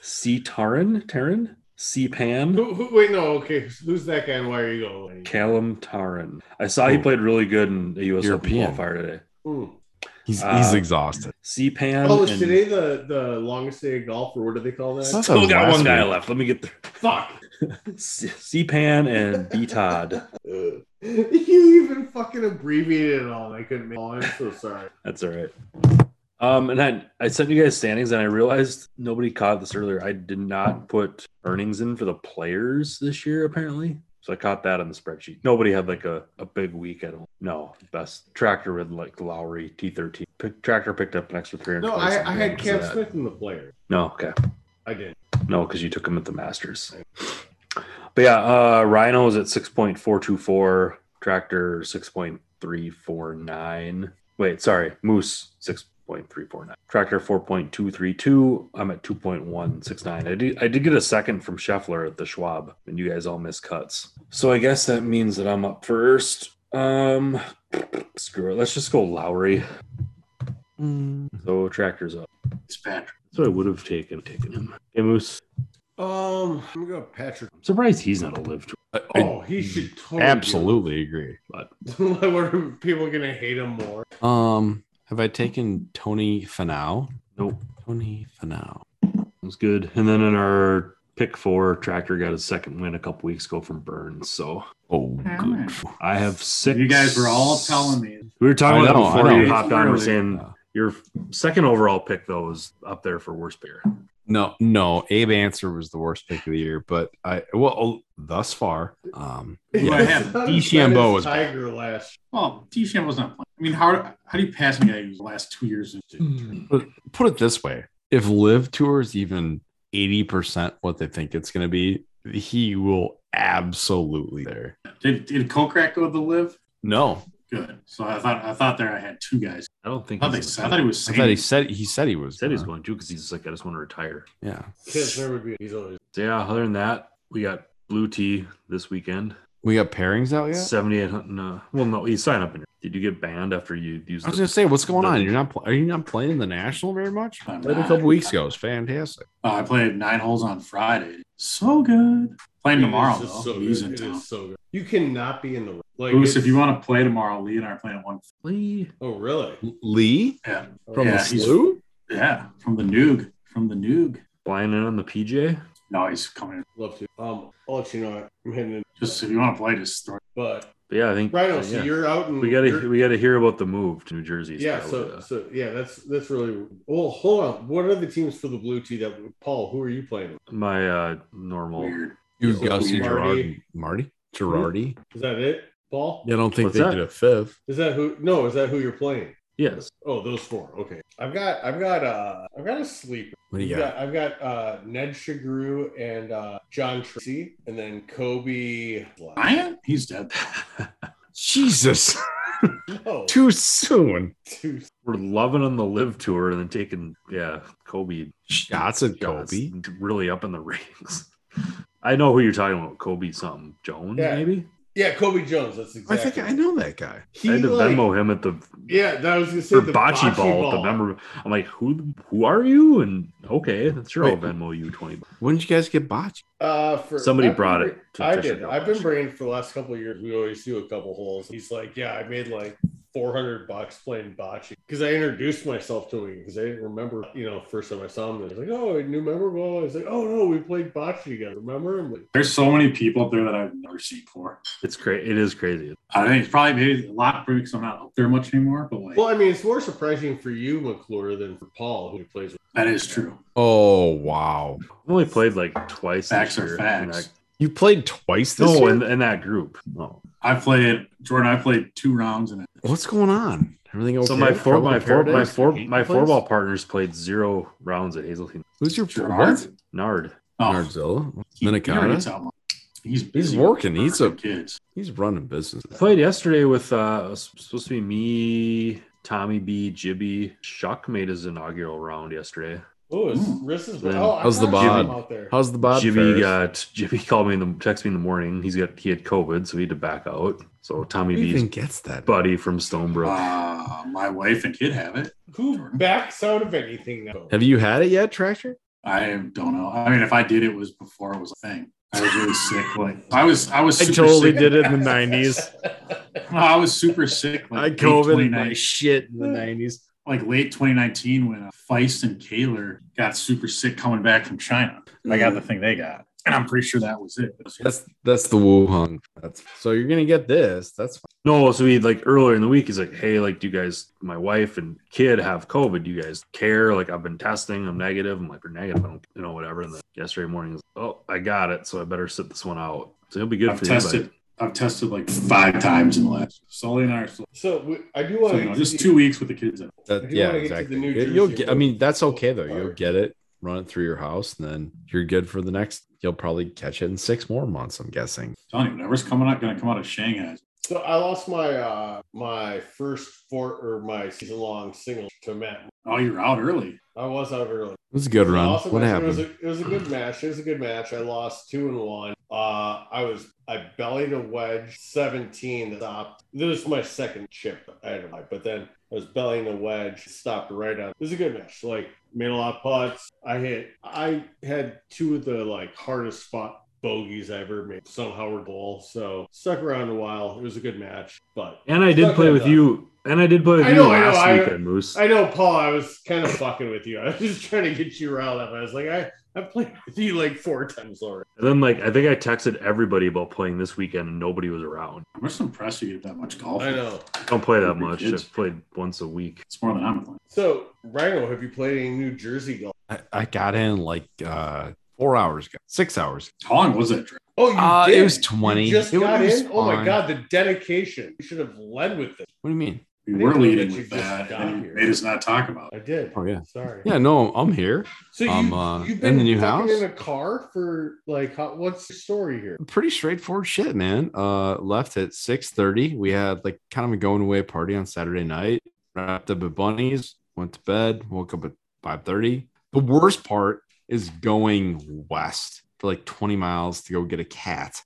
[SPEAKER 4] C Taran, Taran, C Pan,
[SPEAKER 6] Who, who, wait, no, okay. Who's that guy and why are you going?
[SPEAKER 4] Callum Taran. I saw he
[SPEAKER 5] Ooh.
[SPEAKER 4] played really good in the U.S.
[SPEAKER 5] European.
[SPEAKER 4] Open qualifier today.
[SPEAKER 6] Hmm.
[SPEAKER 5] he's
[SPEAKER 4] Uh,
[SPEAKER 5] he's exhausted
[SPEAKER 4] C Pan.
[SPEAKER 6] Oh, is
[SPEAKER 4] and-
[SPEAKER 6] today the the longest day of golf, or what do they call that?
[SPEAKER 5] It's not that
[SPEAKER 4] Still got
[SPEAKER 5] last
[SPEAKER 4] one guy
[SPEAKER 5] week.
[SPEAKER 4] left. Let me get there.
[SPEAKER 6] Fuck.
[SPEAKER 4] C Pan and B Todd.
[SPEAKER 6] you even fucking abbreviated it all. I couldn't make. Oh, I'm so sorry.
[SPEAKER 4] That's all right. Um, and I I sent you guys standings, and I realized nobody caught this earlier. I did not put earnings in for the players this year, apparently. So I caught that on the spreadsheet. Nobody had like a, a big week at all. No, best tractor with like Lowry T thirteen. Pick, tractor picked up an extra three hundred.
[SPEAKER 6] No, I, I had Cam Smith in the player.
[SPEAKER 4] No, okay,
[SPEAKER 6] I did.
[SPEAKER 4] no, because you took him at the Masters. But yeah, uh, Rhino is at six point four two four. Tractor six point three four nine. Wait, sorry, Moose six point three four nine. Tractor four point two three two. I'm at two point one six nine. I did I did get a second from Scheffler at the Schwab, and you guys all missed cuts. So I guess that means that I'm up first. Um, screw it. Let's just go Lowry.
[SPEAKER 6] mm.
[SPEAKER 4] So Tractor's up.
[SPEAKER 2] It's bad.
[SPEAKER 4] So I would have taken taken him. Hey, Moose.
[SPEAKER 6] Um, I'm gonna go Patrick.
[SPEAKER 4] I'm surprised he's not a live. tour.
[SPEAKER 5] I- I
[SPEAKER 6] Oh, he should totally
[SPEAKER 5] absolutely agree
[SPEAKER 6] Do it. What are people gonna hate him more?
[SPEAKER 5] um have i taken tony fanau
[SPEAKER 4] Nope.
[SPEAKER 5] tony fanau
[SPEAKER 4] Sounds good. And then in our pick four. Tractor got his second win a couple weeks ago from Burns. So
[SPEAKER 5] Oh,
[SPEAKER 2] Yeah.
[SPEAKER 5] good.
[SPEAKER 4] I have six.
[SPEAKER 2] You guys were all telling me.
[SPEAKER 4] We were talking
[SPEAKER 5] I
[SPEAKER 4] about
[SPEAKER 5] know,
[SPEAKER 4] that
[SPEAKER 5] I
[SPEAKER 4] before
[SPEAKER 5] know.
[SPEAKER 4] you hopped on. We're
[SPEAKER 2] Really?
[SPEAKER 4] saying your second overall pick though is up there for worst beer.
[SPEAKER 5] No, no. Abe Answer was the worst pick of the year, but I well thus far. Um,
[SPEAKER 2] I
[SPEAKER 5] yeah,
[SPEAKER 2] have-
[SPEAKER 5] DeChambeau was back.
[SPEAKER 6] Tiger last.
[SPEAKER 2] Well, Tishan was not playing. I mean, how how do you pass a guy who's the last two years? of-
[SPEAKER 5] Hmm. put it this way: if Live Tour is even eighty percent what they think it's going to be, he will absolutely there.
[SPEAKER 2] Did did Kokrak go to live?
[SPEAKER 5] No,
[SPEAKER 2] Good. So I thought I thought there I had two guys.
[SPEAKER 4] I don't think
[SPEAKER 2] I thought they
[SPEAKER 4] he's
[SPEAKER 2] I thought he was
[SPEAKER 5] I thought he
[SPEAKER 2] saying
[SPEAKER 5] said he said he was.
[SPEAKER 4] said he's
[SPEAKER 5] gonna.
[SPEAKER 4] going to because he's like I just want to retire.
[SPEAKER 5] Yeah.
[SPEAKER 6] Kisner would be. He's always.
[SPEAKER 4] So yeah. Other than that, we got blue tea this weekend.
[SPEAKER 5] We got pairings out yet.
[SPEAKER 4] Seventy eight hundred. No, well, no. You sign up. In, did you get banned after you used?
[SPEAKER 5] I was
[SPEAKER 4] the-
[SPEAKER 5] gonna say, what's going
[SPEAKER 4] the-
[SPEAKER 5] on? You're not pl- are you not playing the national very much?
[SPEAKER 2] I'm
[SPEAKER 5] Played a
[SPEAKER 2] not.
[SPEAKER 5] couple weeks ago. It's fantastic.
[SPEAKER 2] Oh, I played nine holes on Friday. So good. Playing tomorrow
[SPEAKER 6] It is
[SPEAKER 2] though.
[SPEAKER 6] just so
[SPEAKER 2] Lee's
[SPEAKER 6] good.
[SPEAKER 2] in
[SPEAKER 6] It
[SPEAKER 2] town.
[SPEAKER 6] is so good. You cannot be in the like.
[SPEAKER 2] Bruce, if
[SPEAKER 6] it's-
[SPEAKER 2] you want to play tomorrow, Lee and I are playing at one.
[SPEAKER 4] Lee.
[SPEAKER 6] Oh really?
[SPEAKER 5] Lee
[SPEAKER 2] Yeah,
[SPEAKER 5] from
[SPEAKER 2] Yeah,
[SPEAKER 5] the
[SPEAKER 2] he's-
[SPEAKER 5] slew.
[SPEAKER 2] yeah, from the Noog, from the Noog.
[SPEAKER 4] Flying in on the PJ.
[SPEAKER 2] No, he's coming. in.
[SPEAKER 6] Love to. Um, I'll let you know. I'm heading in.
[SPEAKER 2] Just if you want to play, just throw. it.
[SPEAKER 6] But
[SPEAKER 4] But yeah, I think
[SPEAKER 6] Rhino,
[SPEAKER 4] uh,
[SPEAKER 6] so
[SPEAKER 4] yeah.
[SPEAKER 6] you're out and
[SPEAKER 4] we gotta we gotta hear about the move to New Jersey.
[SPEAKER 6] Yeah,
[SPEAKER 4] That
[SPEAKER 6] so
[SPEAKER 4] would, uh,
[SPEAKER 6] so yeah, that's that's really well. Hold on, what are the teams for the blue tee that Paul? Who are you playing? with?
[SPEAKER 4] my uh normal
[SPEAKER 2] Weird.
[SPEAKER 5] You
[SPEAKER 6] Yeah,
[SPEAKER 5] Gussie Gerard
[SPEAKER 6] Marty.
[SPEAKER 5] Marty Girardi.
[SPEAKER 6] Is that it, Paul?
[SPEAKER 5] I don't think
[SPEAKER 4] What's
[SPEAKER 5] they
[SPEAKER 4] that?
[SPEAKER 5] did a fifth.
[SPEAKER 6] Is that who? No, is that who you're playing?
[SPEAKER 4] yes.
[SPEAKER 6] Oh, those four. Okay, I've got I've got uh I've got a sleeper.
[SPEAKER 5] What do you
[SPEAKER 6] I've
[SPEAKER 5] got?
[SPEAKER 6] got, I've got uh Ned Shagru and uh John Tracy, and then Kobe.
[SPEAKER 2] Ryan, he's dead.
[SPEAKER 5] Jesus,
[SPEAKER 6] Oh,
[SPEAKER 5] too soon.
[SPEAKER 6] two.
[SPEAKER 4] We're loving on the live tour and then taking yeah Kobe
[SPEAKER 5] Shots at
[SPEAKER 4] shots
[SPEAKER 5] Kobe.
[SPEAKER 4] really up in the rings. I know who you're talking about, Kobe something Jones
[SPEAKER 6] Yeah.
[SPEAKER 4] maybe.
[SPEAKER 6] Yeah, Kobe Jones. That's
[SPEAKER 5] I
[SPEAKER 6] exactly.
[SPEAKER 5] think I know that guy.
[SPEAKER 6] He,
[SPEAKER 4] I had to
[SPEAKER 6] like-
[SPEAKER 4] Venmo him at the
[SPEAKER 6] Yeah, that was gonna say
[SPEAKER 4] for
[SPEAKER 6] the
[SPEAKER 4] bocce, ball, at the member. I'm like, who who are you? And okay, sure I'll
[SPEAKER 5] Wait.
[SPEAKER 4] Venmo you twenty. bucks.
[SPEAKER 5] When did you guys get botched?
[SPEAKER 6] Uh, for
[SPEAKER 4] Somebody
[SPEAKER 6] I've been
[SPEAKER 4] brought
[SPEAKER 6] bra-
[SPEAKER 4] it. to
[SPEAKER 6] I
[SPEAKER 4] Fisher
[SPEAKER 6] did. I've
[SPEAKER 4] College.
[SPEAKER 6] been brain for the last couple of years. We always do a couple holes. He's like, yeah, I made like 400 bucks playing bocce because I introduced myself to him because I didn't remember, you know, first time I saw him. He's like, oh, new member. Blah. I was like, oh no, we played bocce together. Remember? I'm like,
[SPEAKER 2] There's so many people up there that I've never seen before.
[SPEAKER 4] It's crazy. It is crazy.
[SPEAKER 2] I think it's probably maybe a lot for me because I'm not up there much anymore. But like
[SPEAKER 6] well, I mean, it's more surprising for you, McClure, than for Paul, who he plays with.
[SPEAKER 2] that is true.
[SPEAKER 5] Oh wow,
[SPEAKER 4] I've only played like twice
[SPEAKER 2] Facts
[SPEAKER 4] this year.
[SPEAKER 2] are
[SPEAKER 4] in
[SPEAKER 2] facts.
[SPEAKER 5] you played twice
[SPEAKER 4] That,
[SPEAKER 5] this
[SPEAKER 4] no,
[SPEAKER 5] year.
[SPEAKER 4] in, in that group. No.
[SPEAKER 2] I played Jordan. I played two rounds in it.
[SPEAKER 5] What's going on? Everything okay?
[SPEAKER 4] So my four,
[SPEAKER 5] Trouble
[SPEAKER 4] my
[SPEAKER 5] in
[SPEAKER 4] four, my
[SPEAKER 5] Paradise?
[SPEAKER 4] four,
[SPEAKER 5] Hate
[SPEAKER 4] my
[SPEAKER 5] place?
[SPEAKER 4] four ball partners played zero rounds at Hazeltine.
[SPEAKER 5] Who's your
[SPEAKER 2] Gerard?
[SPEAKER 5] what?
[SPEAKER 4] Nard.
[SPEAKER 2] Oh,
[SPEAKER 5] Nardzilla.
[SPEAKER 2] he- he already
[SPEAKER 5] Minicata.
[SPEAKER 2] tell him. He's
[SPEAKER 5] He's
[SPEAKER 2] busy.
[SPEAKER 5] working. He's a
[SPEAKER 2] kids.
[SPEAKER 5] he's running business.
[SPEAKER 4] I played yesterday with uh it was supposed to be me, Tommy B, Jibby. Shuck made his inaugural round yesterday.
[SPEAKER 6] Oh, his
[SPEAKER 2] Hmm.
[SPEAKER 6] wrist is.
[SPEAKER 4] Then-
[SPEAKER 6] Oh, I
[SPEAKER 5] How's the
[SPEAKER 6] forgot about
[SPEAKER 5] bod?
[SPEAKER 6] him out there?
[SPEAKER 5] How's the bod?
[SPEAKER 4] Jibby
[SPEAKER 5] Ferris?
[SPEAKER 4] got Jibby called me in the text me in the morning. He's got he had COVID, so he had to back out. So Tommy
[SPEAKER 5] Who
[SPEAKER 4] B's
[SPEAKER 5] even gets that?
[SPEAKER 4] buddy from Stonebrook.
[SPEAKER 5] Ah.
[SPEAKER 2] Uh, my wife and kid have it.
[SPEAKER 6] Who backs out of anything now?
[SPEAKER 5] Have you had it yet, Tractor?
[SPEAKER 2] I don't know. I mean, if I did, it was before it was a thing. I was really sick. Like I was, I was. Super sick.
[SPEAKER 5] it in the nineties.
[SPEAKER 2] No, I was super sick. Like late 2019
[SPEAKER 5] shit in
[SPEAKER 6] the
[SPEAKER 5] nineties.
[SPEAKER 2] like late 2019 when uh, Feist and Kaler got super sick coming back from China. I got the thing they got, and I'm pretty sure that was it.
[SPEAKER 5] That's that's the Wuhan. That's so you're gonna get this. That's fine.
[SPEAKER 4] No, so he like earlier in the week, he's like, "Hey, like, do you guys, my wife and kid have COVID? Do you guys care? Like, I've been testing, I'm negative. I'm like, you're negative, I don't, you know, whatever." And then yesterday morning, he's like, "Oh, I got it, so I better sit this one out." So he'll be good
[SPEAKER 2] I've
[SPEAKER 4] for you.
[SPEAKER 2] tested. I've tested like five times in the last. Sully and I are still,
[SPEAKER 6] So we, I do want
[SPEAKER 2] so,
[SPEAKER 6] to
[SPEAKER 2] you know, just two weeks with the kids. in.
[SPEAKER 5] That,
[SPEAKER 6] If you
[SPEAKER 5] yeah,
[SPEAKER 6] wanna get to the
[SPEAKER 5] exactly.
[SPEAKER 6] New
[SPEAKER 5] You- You'll
[SPEAKER 6] Jersey
[SPEAKER 5] get. I mean, that's okay though.
[SPEAKER 6] part.
[SPEAKER 5] You'll get it. Run it through your house, and then you're good for the next. You'll probably catch it in six more months. I'm guessing.
[SPEAKER 2] telling you, whatever's coming out, going to come out of Shanghai.
[SPEAKER 6] So I lost my uh my first four or my season long single to Matt.
[SPEAKER 2] Oh, you're out early.
[SPEAKER 6] I was out early.
[SPEAKER 5] It was a good
[SPEAKER 6] It was an
[SPEAKER 5] run.
[SPEAKER 6] awesome
[SPEAKER 5] what
[SPEAKER 6] match.
[SPEAKER 5] happened?
[SPEAKER 6] It was, a, it was a good match. It was a good match. I lost two and one. Uh, I was I bellied a wedge seventeen that stopped. This was my second chip I had, to buy, but then I was bellying a wedge, stopped right on. It was a good match. Like made a lot of putts. I hit. I had two of the like hardest spot bogeys I ever made. Somehow we're bowl. So stuck around a while. It was a good match, but
[SPEAKER 4] And I did
[SPEAKER 6] Fuck
[SPEAKER 4] play
[SPEAKER 6] that
[SPEAKER 4] with
[SPEAKER 6] up.
[SPEAKER 4] you. And I did play with
[SPEAKER 6] I
[SPEAKER 4] you
[SPEAKER 6] know, I know,
[SPEAKER 4] last
[SPEAKER 6] I-
[SPEAKER 4] weekend, Moose.
[SPEAKER 6] I know, Paul. I was kind of fucking with you. I was just trying to get you riled up. I was like, I I played with you like four times already.
[SPEAKER 4] and then, like, I think I texted everybody about playing this weekend, and nobody was around.
[SPEAKER 2] I'm just impressed you get that much golf.
[SPEAKER 6] I know.
[SPEAKER 4] I don't play that much.
[SPEAKER 2] Kids.
[SPEAKER 4] I've played once a week.
[SPEAKER 2] It's more than I'm playing.
[SPEAKER 6] So Rhino, have you played any New Jersey golf?
[SPEAKER 5] I, I got in like uh four hours ago, six hours.
[SPEAKER 2] How long was that trip?
[SPEAKER 6] Oh, you
[SPEAKER 5] Uh,
[SPEAKER 6] did.
[SPEAKER 5] it was
[SPEAKER 6] You
[SPEAKER 5] 20.
[SPEAKER 6] just
[SPEAKER 5] It
[SPEAKER 6] got
[SPEAKER 5] was
[SPEAKER 6] in. Oh my
[SPEAKER 5] fine.
[SPEAKER 6] god, the dedication. You should have led with this.
[SPEAKER 5] What do you mean?
[SPEAKER 2] We
[SPEAKER 6] I
[SPEAKER 2] were
[SPEAKER 6] didn't know
[SPEAKER 2] leading
[SPEAKER 6] that you
[SPEAKER 2] with
[SPEAKER 6] just
[SPEAKER 2] that,
[SPEAKER 6] got
[SPEAKER 2] and you
[SPEAKER 6] here.
[SPEAKER 2] made us not talk about
[SPEAKER 6] I
[SPEAKER 2] it.
[SPEAKER 6] did.
[SPEAKER 5] Oh, yeah.
[SPEAKER 6] Sorry.
[SPEAKER 5] Yeah, no, I'm here.
[SPEAKER 6] So you
[SPEAKER 5] I'm, uh,
[SPEAKER 6] you've
[SPEAKER 5] in
[SPEAKER 6] been
[SPEAKER 5] the new
[SPEAKER 6] fucking
[SPEAKER 5] house.
[SPEAKER 6] in a car for like how, what's the story here?
[SPEAKER 5] pretty straightforward shit, man. Uh, left at six thirty. We had like kind of a going away party on Saturday night. Wrapped up at Bunny's, went to bed, woke up at five thirty. The worst part is going west for like twenty miles to go get a cat.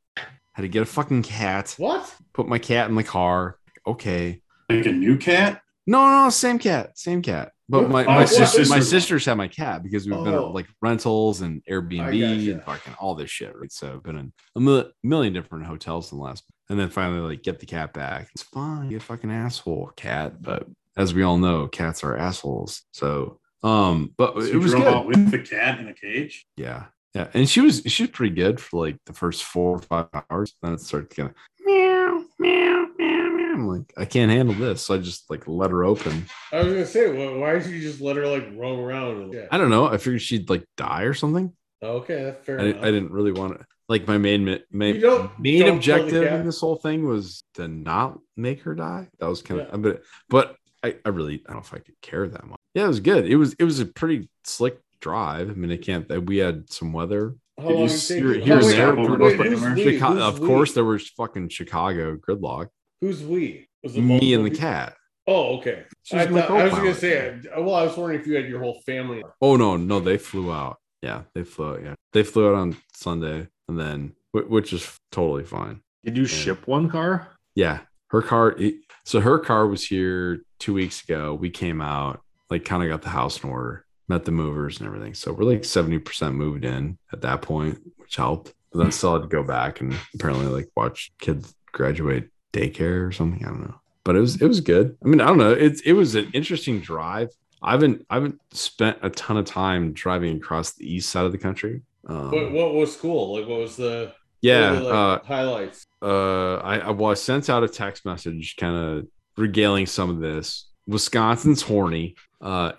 [SPEAKER 5] Had to get a fucking cat.
[SPEAKER 6] What?
[SPEAKER 5] Put my cat in the car. Okay.
[SPEAKER 2] Like a new cat?
[SPEAKER 5] No, no, no, same cat, same cat. But my,
[SPEAKER 6] Oh,
[SPEAKER 5] my
[SPEAKER 6] what?
[SPEAKER 5] sisters, my
[SPEAKER 2] Sisters.
[SPEAKER 5] sisters had my cat because we've been
[SPEAKER 6] Oh.
[SPEAKER 5] at like rentals and
[SPEAKER 6] I
[SPEAKER 5] Airbnb
[SPEAKER 6] gotcha.
[SPEAKER 5] and fucking all this shit. Right. So I've been in a mil- million different hotels in the last, and then finally like get the cat back. It's fine. You fucking asshole cat. But as we all know, cats are assholes. So, um, but
[SPEAKER 2] So
[SPEAKER 5] it
[SPEAKER 2] you
[SPEAKER 5] was
[SPEAKER 2] drove
[SPEAKER 5] good.
[SPEAKER 2] out with the cat in a cage?
[SPEAKER 5] Yeah. Yeah. And she was she was pretty good for like the first four or five hours. Then it started kind of meow, meow, meow, meow. I'm like, I can't handle this. So I just like let her open.
[SPEAKER 6] I was gonna say, why, why did you just let her like roam around? And, yeah.
[SPEAKER 5] I don't know. I figured she'd like die or something.
[SPEAKER 6] Okay, that's fair
[SPEAKER 5] I, didn't-
[SPEAKER 6] enough.
[SPEAKER 5] I didn't really want to. Like my main ma-
[SPEAKER 6] You
[SPEAKER 5] main,
[SPEAKER 6] don't-
[SPEAKER 5] main
[SPEAKER 6] don't kill the
[SPEAKER 5] objective
[SPEAKER 6] cat.
[SPEAKER 5] in this whole thing was to not make her die. That was kind
[SPEAKER 6] Yeah.
[SPEAKER 5] of, but but I, I really I don't know if I could care that much. Yeah, it was good. It was it was a pretty slick drive. I mean, I can't. We had some weather.
[SPEAKER 6] How
[SPEAKER 5] Did
[SPEAKER 6] long
[SPEAKER 5] you
[SPEAKER 6] did it
[SPEAKER 5] see
[SPEAKER 6] take
[SPEAKER 5] her
[SPEAKER 6] you?
[SPEAKER 5] here
[SPEAKER 6] Oh,
[SPEAKER 5] and
[SPEAKER 6] wait,
[SPEAKER 5] there?
[SPEAKER 6] wait,
[SPEAKER 5] We're
[SPEAKER 6] wait,
[SPEAKER 5] both-
[SPEAKER 6] who's
[SPEAKER 2] we're
[SPEAKER 6] we?
[SPEAKER 5] Chicago,
[SPEAKER 6] Who's
[SPEAKER 5] of
[SPEAKER 6] we?
[SPEAKER 5] course, there was fucking Chicago gridlock.
[SPEAKER 6] Who's we? Was it
[SPEAKER 5] Me
[SPEAKER 6] multiple
[SPEAKER 5] and the
[SPEAKER 6] people?
[SPEAKER 5] cat.
[SPEAKER 6] Oh, okay.
[SPEAKER 5] She
[SPEAKER 6] I,
[SPEAKER 5] was my
[SPEAKER 6] thought, I was gonna
[SPEAKER 5] co-pilot.
[SPEAKER 6] say, I- well, I was wondering if you had your whole family.
[SPEAKER 5] Oh no, no, they flew out. Yeah, they flew out. Yeah, they flew out on Sunday, and then wh- which is totally fine.
[SPEAKER 4] Did you ship one car?
[SPEAKER 5] Yeah, her car. it- So her car was here two weeks ago. We came out, like, kind of got the house in order, met the movers and everything. So we're like seventy percent moved in at that point, which helped. But then still had to go back and apparently like watch kids graduate daycare or something. I don't know, but it was it was good. I mean, I don't know. It's it was an interesting drive. I haven't I haven't spent a ton of time driving across the east side of the country. Um,
[SPEAKER 6] What, what was cool? Like, what was the
[SPEAKER 5] yeah,
[SPEAKER 6] what were the,
[SPEAKER 5] uh,
[SPEAKER 6] like, highlights?
[SPEAKER 5] uh I, I well I sent out a text message kind of regaling some of this. Wisconsin's horny, uh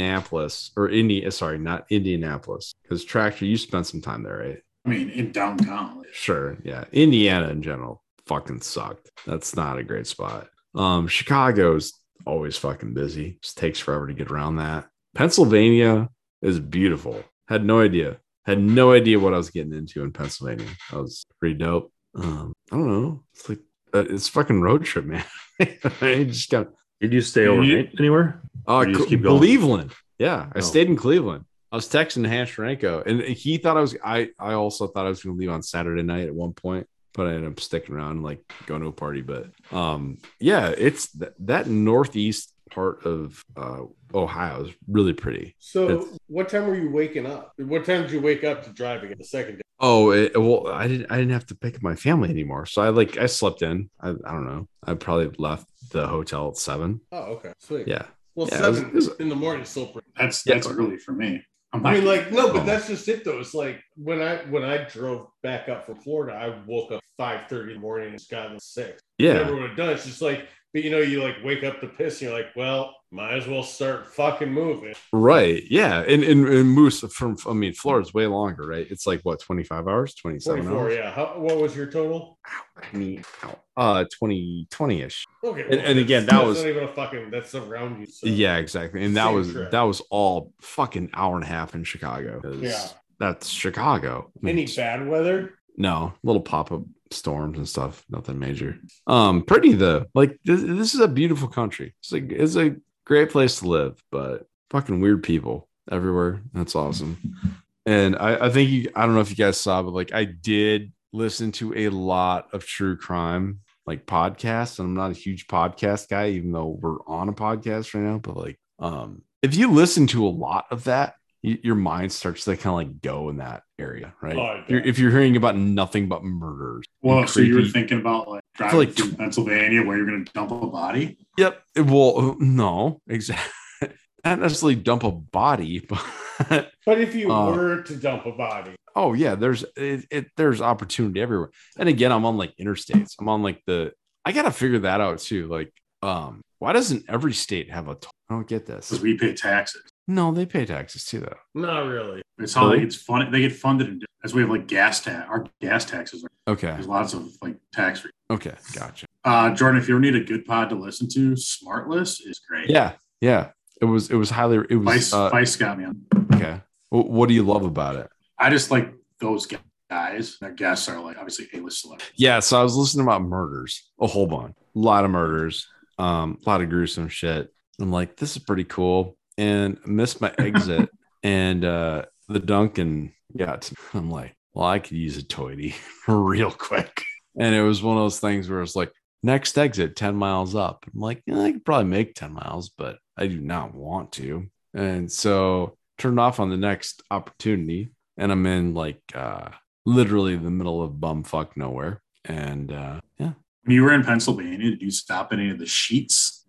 [SPEAKER 5] Indianapolis or India sorry, not Indianapolis. Because tractor, you spent some time there, right?
[SPEAKER 2] I mean, in downtown.
[SPEAKER 5] Sure. Yeah. Indiana in general fucking sucked. That's not a great spot. Um, Chicago's always fucking busy. Just takes forever to get around that. Pennsylvania is beautiful. Had no idea. Had no idea what I was getting into in Pennsylvania. That was pretty dope. Um, I don't know. It's like uh, it's fucking road trip, man. I just got
[SPEAKER 4] Did you stay
[SPEAKER 5] You-
[SPEAKER 4] overnight anywhere?
[SPEAKER 5] uh,
[SPEAKER 4] Or you just keep going?
[SPEAKER 5] Cleveland. Yeah, I
[SPEAKER 4] Oh.
[SPEAKER 5] stayed in Cleveland. I was texting Hans Renko, and he thought I was. I I also thought I was going to leave on Saturday night at one point, but I ended up sticking around, and like going to a party. But um, yeah, it's th- that northeast part of uh, Ohio is really pretty.
[SPEAKER 6] So,
[SPEAKER 5] it's-
[SPEAKER 6] what time were you waking up? What time did you wake up to drive again? The second day.
[SPEAKER 5] Oh it, well, I didn't. I didn't have to pick up my family anymore, so I like I slept in. I, I don't know. I probably left the hotel at seven.
[SPEAKER 6] Oh, okay, sweet.
[SPEAKER 5] Yeah,
[SPEAKER 6] Well,
[SPEAKER 5] Yeah, it was-
[SPEAKER 6] seven
[SPEAKER 5] it was-
[SPEAKER 6] in the morning is still pretty.
[SPEAKER 2] That's
[SPEAKER 5] Yeah.
[SPEAKER 2] that's early for me. I'm
[SPEAKER 6] I mean,
[SPEAKER 2] not-
[SPEAKER 6] like no, but
[SPEAKER 5] Oh.
[SPEAKER 6] that's just it though. It's like when I when I drove back up from Florida, I woke up five thirty in the morning and just got up six.
[SPEAKER 5] yeah.
[SPEAKER 6] Never would have done. it. It's just like, but you know, you like wake up to piss, and you're like, well, might as well start fucking moving.
[SPEAKER 5] Right. Yeah. And, and and Moose from I mean Florida's way longer, right? It's like what 25 hours, 27
[SPEAKER 6] Twenty-four.
[SPEAKER 5] hours.
[SPEAKER 6] Yeah. How, what was your total?
[SPEAKER 5] I mean, uh 20 20ish.
[SPEAKER 6] Okay.
[SPEAKER 5] And- and again,
[SPEAKER 6] that's-
[SPEAKER 5] that
[SPEAKER 6] that's
[SPEAKER 5] was-
[SPEAKER 6] not even a fucking. That's around you. so.
[SPEAKER 5] yeah, exactly. And that
[SPEAKER 6] Same
[SPEAKER 5] was
[SPEAKER 6] trip.
[SPEAKER 5] that was all fucking hour and a half in Chicago. 'cause
[SPEAKER 6] Yeah.
[SPEAKER 5] That's Chicago. I mean,
[SPEAKER 6] Any bad weather?
[SPEAKER 5] no, little pop-up storms and stuff, nothing major. Um pretty though. Like this, this is a beautiful country. It's like it's a great place to live, but fucking weird people everywhere. That's awesome. And I, I think you, I don't know if you guys saw, but like I did listen to a lot of true crime like podcasts, and I'm not a huge podcast guy, even though we're on a podcast right now. But like, um, if you listen to a lot of that, y- your mind starts to kind of like go in that area, right?
[SPEAKER 2] Oh, I bet.
[SPEAKER 5] You're- if you're hearing about nothing but murders. and
[SPEAKER 2] Well, so you were
[SPEAKER 5] creepy-
[SPEAKER 2] thinking about like driving
[SPEAKER 5] like
[SPEAKER 2] through Pennsylvania where you're going to dump a body?
[SPEAKER 5] Yep. Well, no, exactly. Not necessarily dump a body, but
[SPEAKER 6] But if you
[SPEAKER 5] Uh,
[SPEAKER 6] were to dump a body,
[SPEAKER 5] oh yeah there's it, it there's opportunity everywhere and again i'm on like interstates i'm on like the i gotta figure that out too like um why doesn't every state have a toll i don't get this
[SPEAKER 2] Because we pay taxes.
[SPEAKER 5] no they pay taxes too though
[SPEAKER 6] not really.
[SPEAKER 2] It's how
[SPEAKER 5] Really?
[SPEAKER 2] they it's fun. They get funded in different- as we have like gas tax. Our gas taxes. Are,
[SPEAKER 5] okay
[SPEAKER 2] there's lots of like tax. Rate.
[SPEAKER 5] okay gotcha
[SPEAKER 2] Uh, Jordan, if you ever need a good pod to listen to, Smartless is great.
[SPEAKER 5] yeah yeah it was it was highly it was
[SPEAKER 2] Vice,
[SPEAKER 5] uh,
[SPEAKER 2] Vice got me on.
[SPEAKER 5] okay Wh- what do you love about it
[SPEAKER 2] I just like those gu- guys. Their guests are like obviously A-list celebrities.
[SPEAKER 5] yeah so i was listening about murders a whole bunch a lot of murders um a lot of gruesome shit i'm like this is pretty cool and I missed my exit and uh the duncan got to i'm like well i could use a toity real quick and it was one of those things where it's like next exit 10 miles up i'm like yeah, i could probably make 10 miles but i do not want to and so turned off on the next opportunity and i'm in like uh literally the middle of bumfuck nowhere. And uh yeah.
[SPEAKER 2] When you were in Pennsylvania, did you stop at any of the sheets?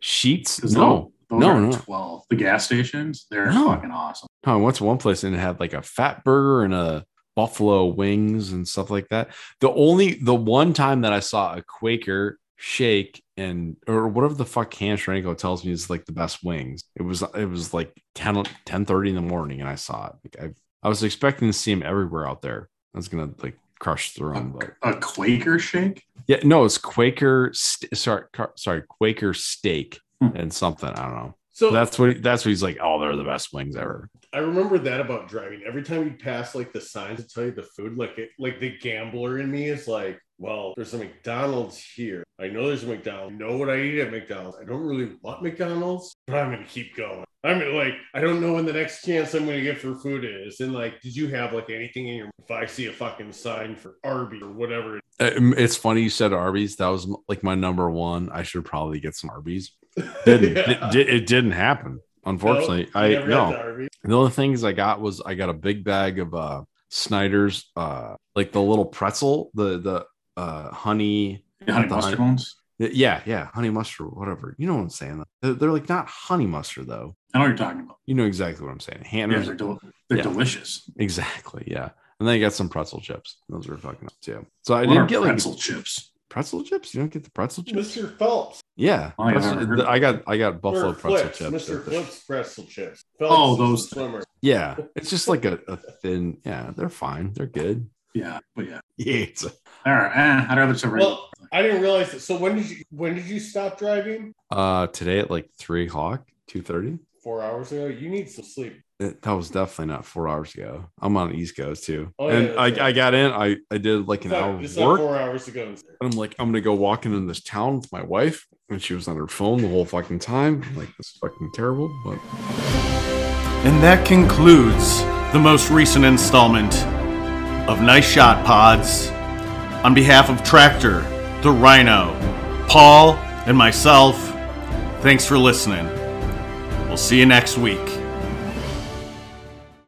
[SPEAKER 5] Sheets?
[SPEAKER 2] 'Cause
[SPEAKER 5] No.
[SPEAKER 2] those, those
[SPEAKER 5] No,
[SPEAKER 2] are
[SPEAKER 5] no.
[SPEAKER 2] twelve. The gas stations, they're
[SPEAKER 5] No.
[SPEAKER 2] fucking awesome.
[SPEAKER 5] Huh, I went to one place and it had like a fat burger and a buffalo wings and stuff like that. The only the one time that I saw a Quaker shake and or whatever the fuck Hans Schranko tells me is like the best wings. It was it was like 10 10 30 in the morning and I saw it. Like I I was expecting to see him everywhere out there. I was gonna like crush through him, but
[SPEAKER 2] A Quaker shake.
[SPEAKER 5] Yeah, no, it's Quaker. St- sorry, car- sorry, Quaker steak
[SPEAKER 2] Hmm.
[SPEAKER 5] and something. I don't know.
[SPEAKER 6] So
[SPEAKER 5] That's what that's what he's like. Oh, they're the best wings ever.
[SPEAKER 6] I remember that about driving. Every time you pass like the signs that tell you the food, like it, like the gambler in me is like, well, there's a McDonald's here. I know there's a McDonald's. I know what I eat at McDonald's. I don't really want McDonald's, but I'm gonna keep going. I'm gonna like, I don't know when the next chance I'm gonna get for food is. And like, did you have like anything in your? If I see a fucking sign for Arby or whatever,
[SPEAKER 5] Um, It's funny you said Arby's. That was like my number one. I should probably get some Arby's. Didn't
[SPEAKER 6] Yeah.
[SPEAKER 5] it, di- it didn't happen. Unfortunately,
[SPEAKER 6] No,
[SPEAKER 5] I
[SPEAKER 6] never got
[SPEAKER 5] no.
[SPEAKER 6] to Arby's.
[SPEAKER 5] The only things I got was I got a big bag of uh Snyder's uh like the little pretzel, the the uh honey
[SPEAKER 2] Honey
[SPEAKER 5] The
[SPEAKER 2] mustard
[SPEAKER 5] honey-
[SPEAKER 2] ones.
[SPEAKER 5] yeah, yeah, honey mustard, whatever. You know what I'm saying? They're, they're like not honey mustard though.
[SPEAKER 2] I know what you're talking about.
[SPEAKER 5] You know exactly what I'm saying.
[SPEAKER 2] Yeah,
[SPEAKER 5] Hannah's
[SPEAKER 2] they're, del- they're
[SPEAKER 5] Yeah.
[SPEAKER 2] delicious.
[SPEAKER 5] exactly, yeah. And then I got some pretzel chips. Those were fucking up too. So I
[SPEAKER 2] I
[SPEAKER 5] didn't get like
[SPEAKER 2] pretzel chips.
[SPEAKER 5] pretzel chips. You don't get the pretzel chips.
[SPEAKER 6] Mr. Phelps.
[SPEAKER 5] Yeah,
[SPEAKER 2] Oh, yeah,
[SPEAKER 5] pretzel-
[SPEAKER 2] I've heard of
[SPEAKER 5] I got I got buffalo
[SPEAKER 6] Or
[SPEAKER 5] pretzel
[SPEAKER 6] Flips,
[SPEAKER 5] chips.
[SPEAKER 6] Mr. Flips pretzel chips. Phelps
[SPEAKER 2] Oh,
[SPEAKER 6] is the
[SPEAKER 2] those-
[SPEAKER 6] swimmer.
[SPEAKER 5] Yeah, it's just like a, a thin. Yeah, they're fine. They're good.
[SPEAKER 2] Yeah, but yeah.
[SPEAKER 5] Yeah, it's
[SPEAKER 2] All right. Eh, I'd rather just have regular.
[SPEAKER 6] Well, I didn't realize that. So when did you when did you stop driving?
[SPEAKER 5] uh today at like three o'clock, two thirty.
[SPEAKER 6] Four hours ago. You need some sleep.
[SPEAKER 5] That that was definitely not four hours ago. I'm on the East Coast too,
[SPEAKER 6] Oh, yeah,
[SPEAKER 5] and
[SPEAKER 6] that's
[SPEAKER 5] I,
[SPEAKER 6] right.
[SPEAKER 5] I got in. I I did like
[SPEAKER 6] It's
[SPEAKER 5] an
[SPEAKER 6] not,
[SPEAKER 5] hour
[SPEAKER 6] it's
[SPEAKER 5] of
[SPEAKER 6] not
[SPEAKER 5] work.
[SPEAKER 6] four hours ago.
[SPEAKER 5] And I'm like, I'm gonna go walking in this town with my wife, and she was on her phone the whole fucking time. I'm like, this is fucking terrible. But
[SPEAKER 1] And that concludes the most recent installment of Nice Shot Pods. On behalf of Tractor, the Rhino, Paul, and myself, thanks for listening. We'll see you next week.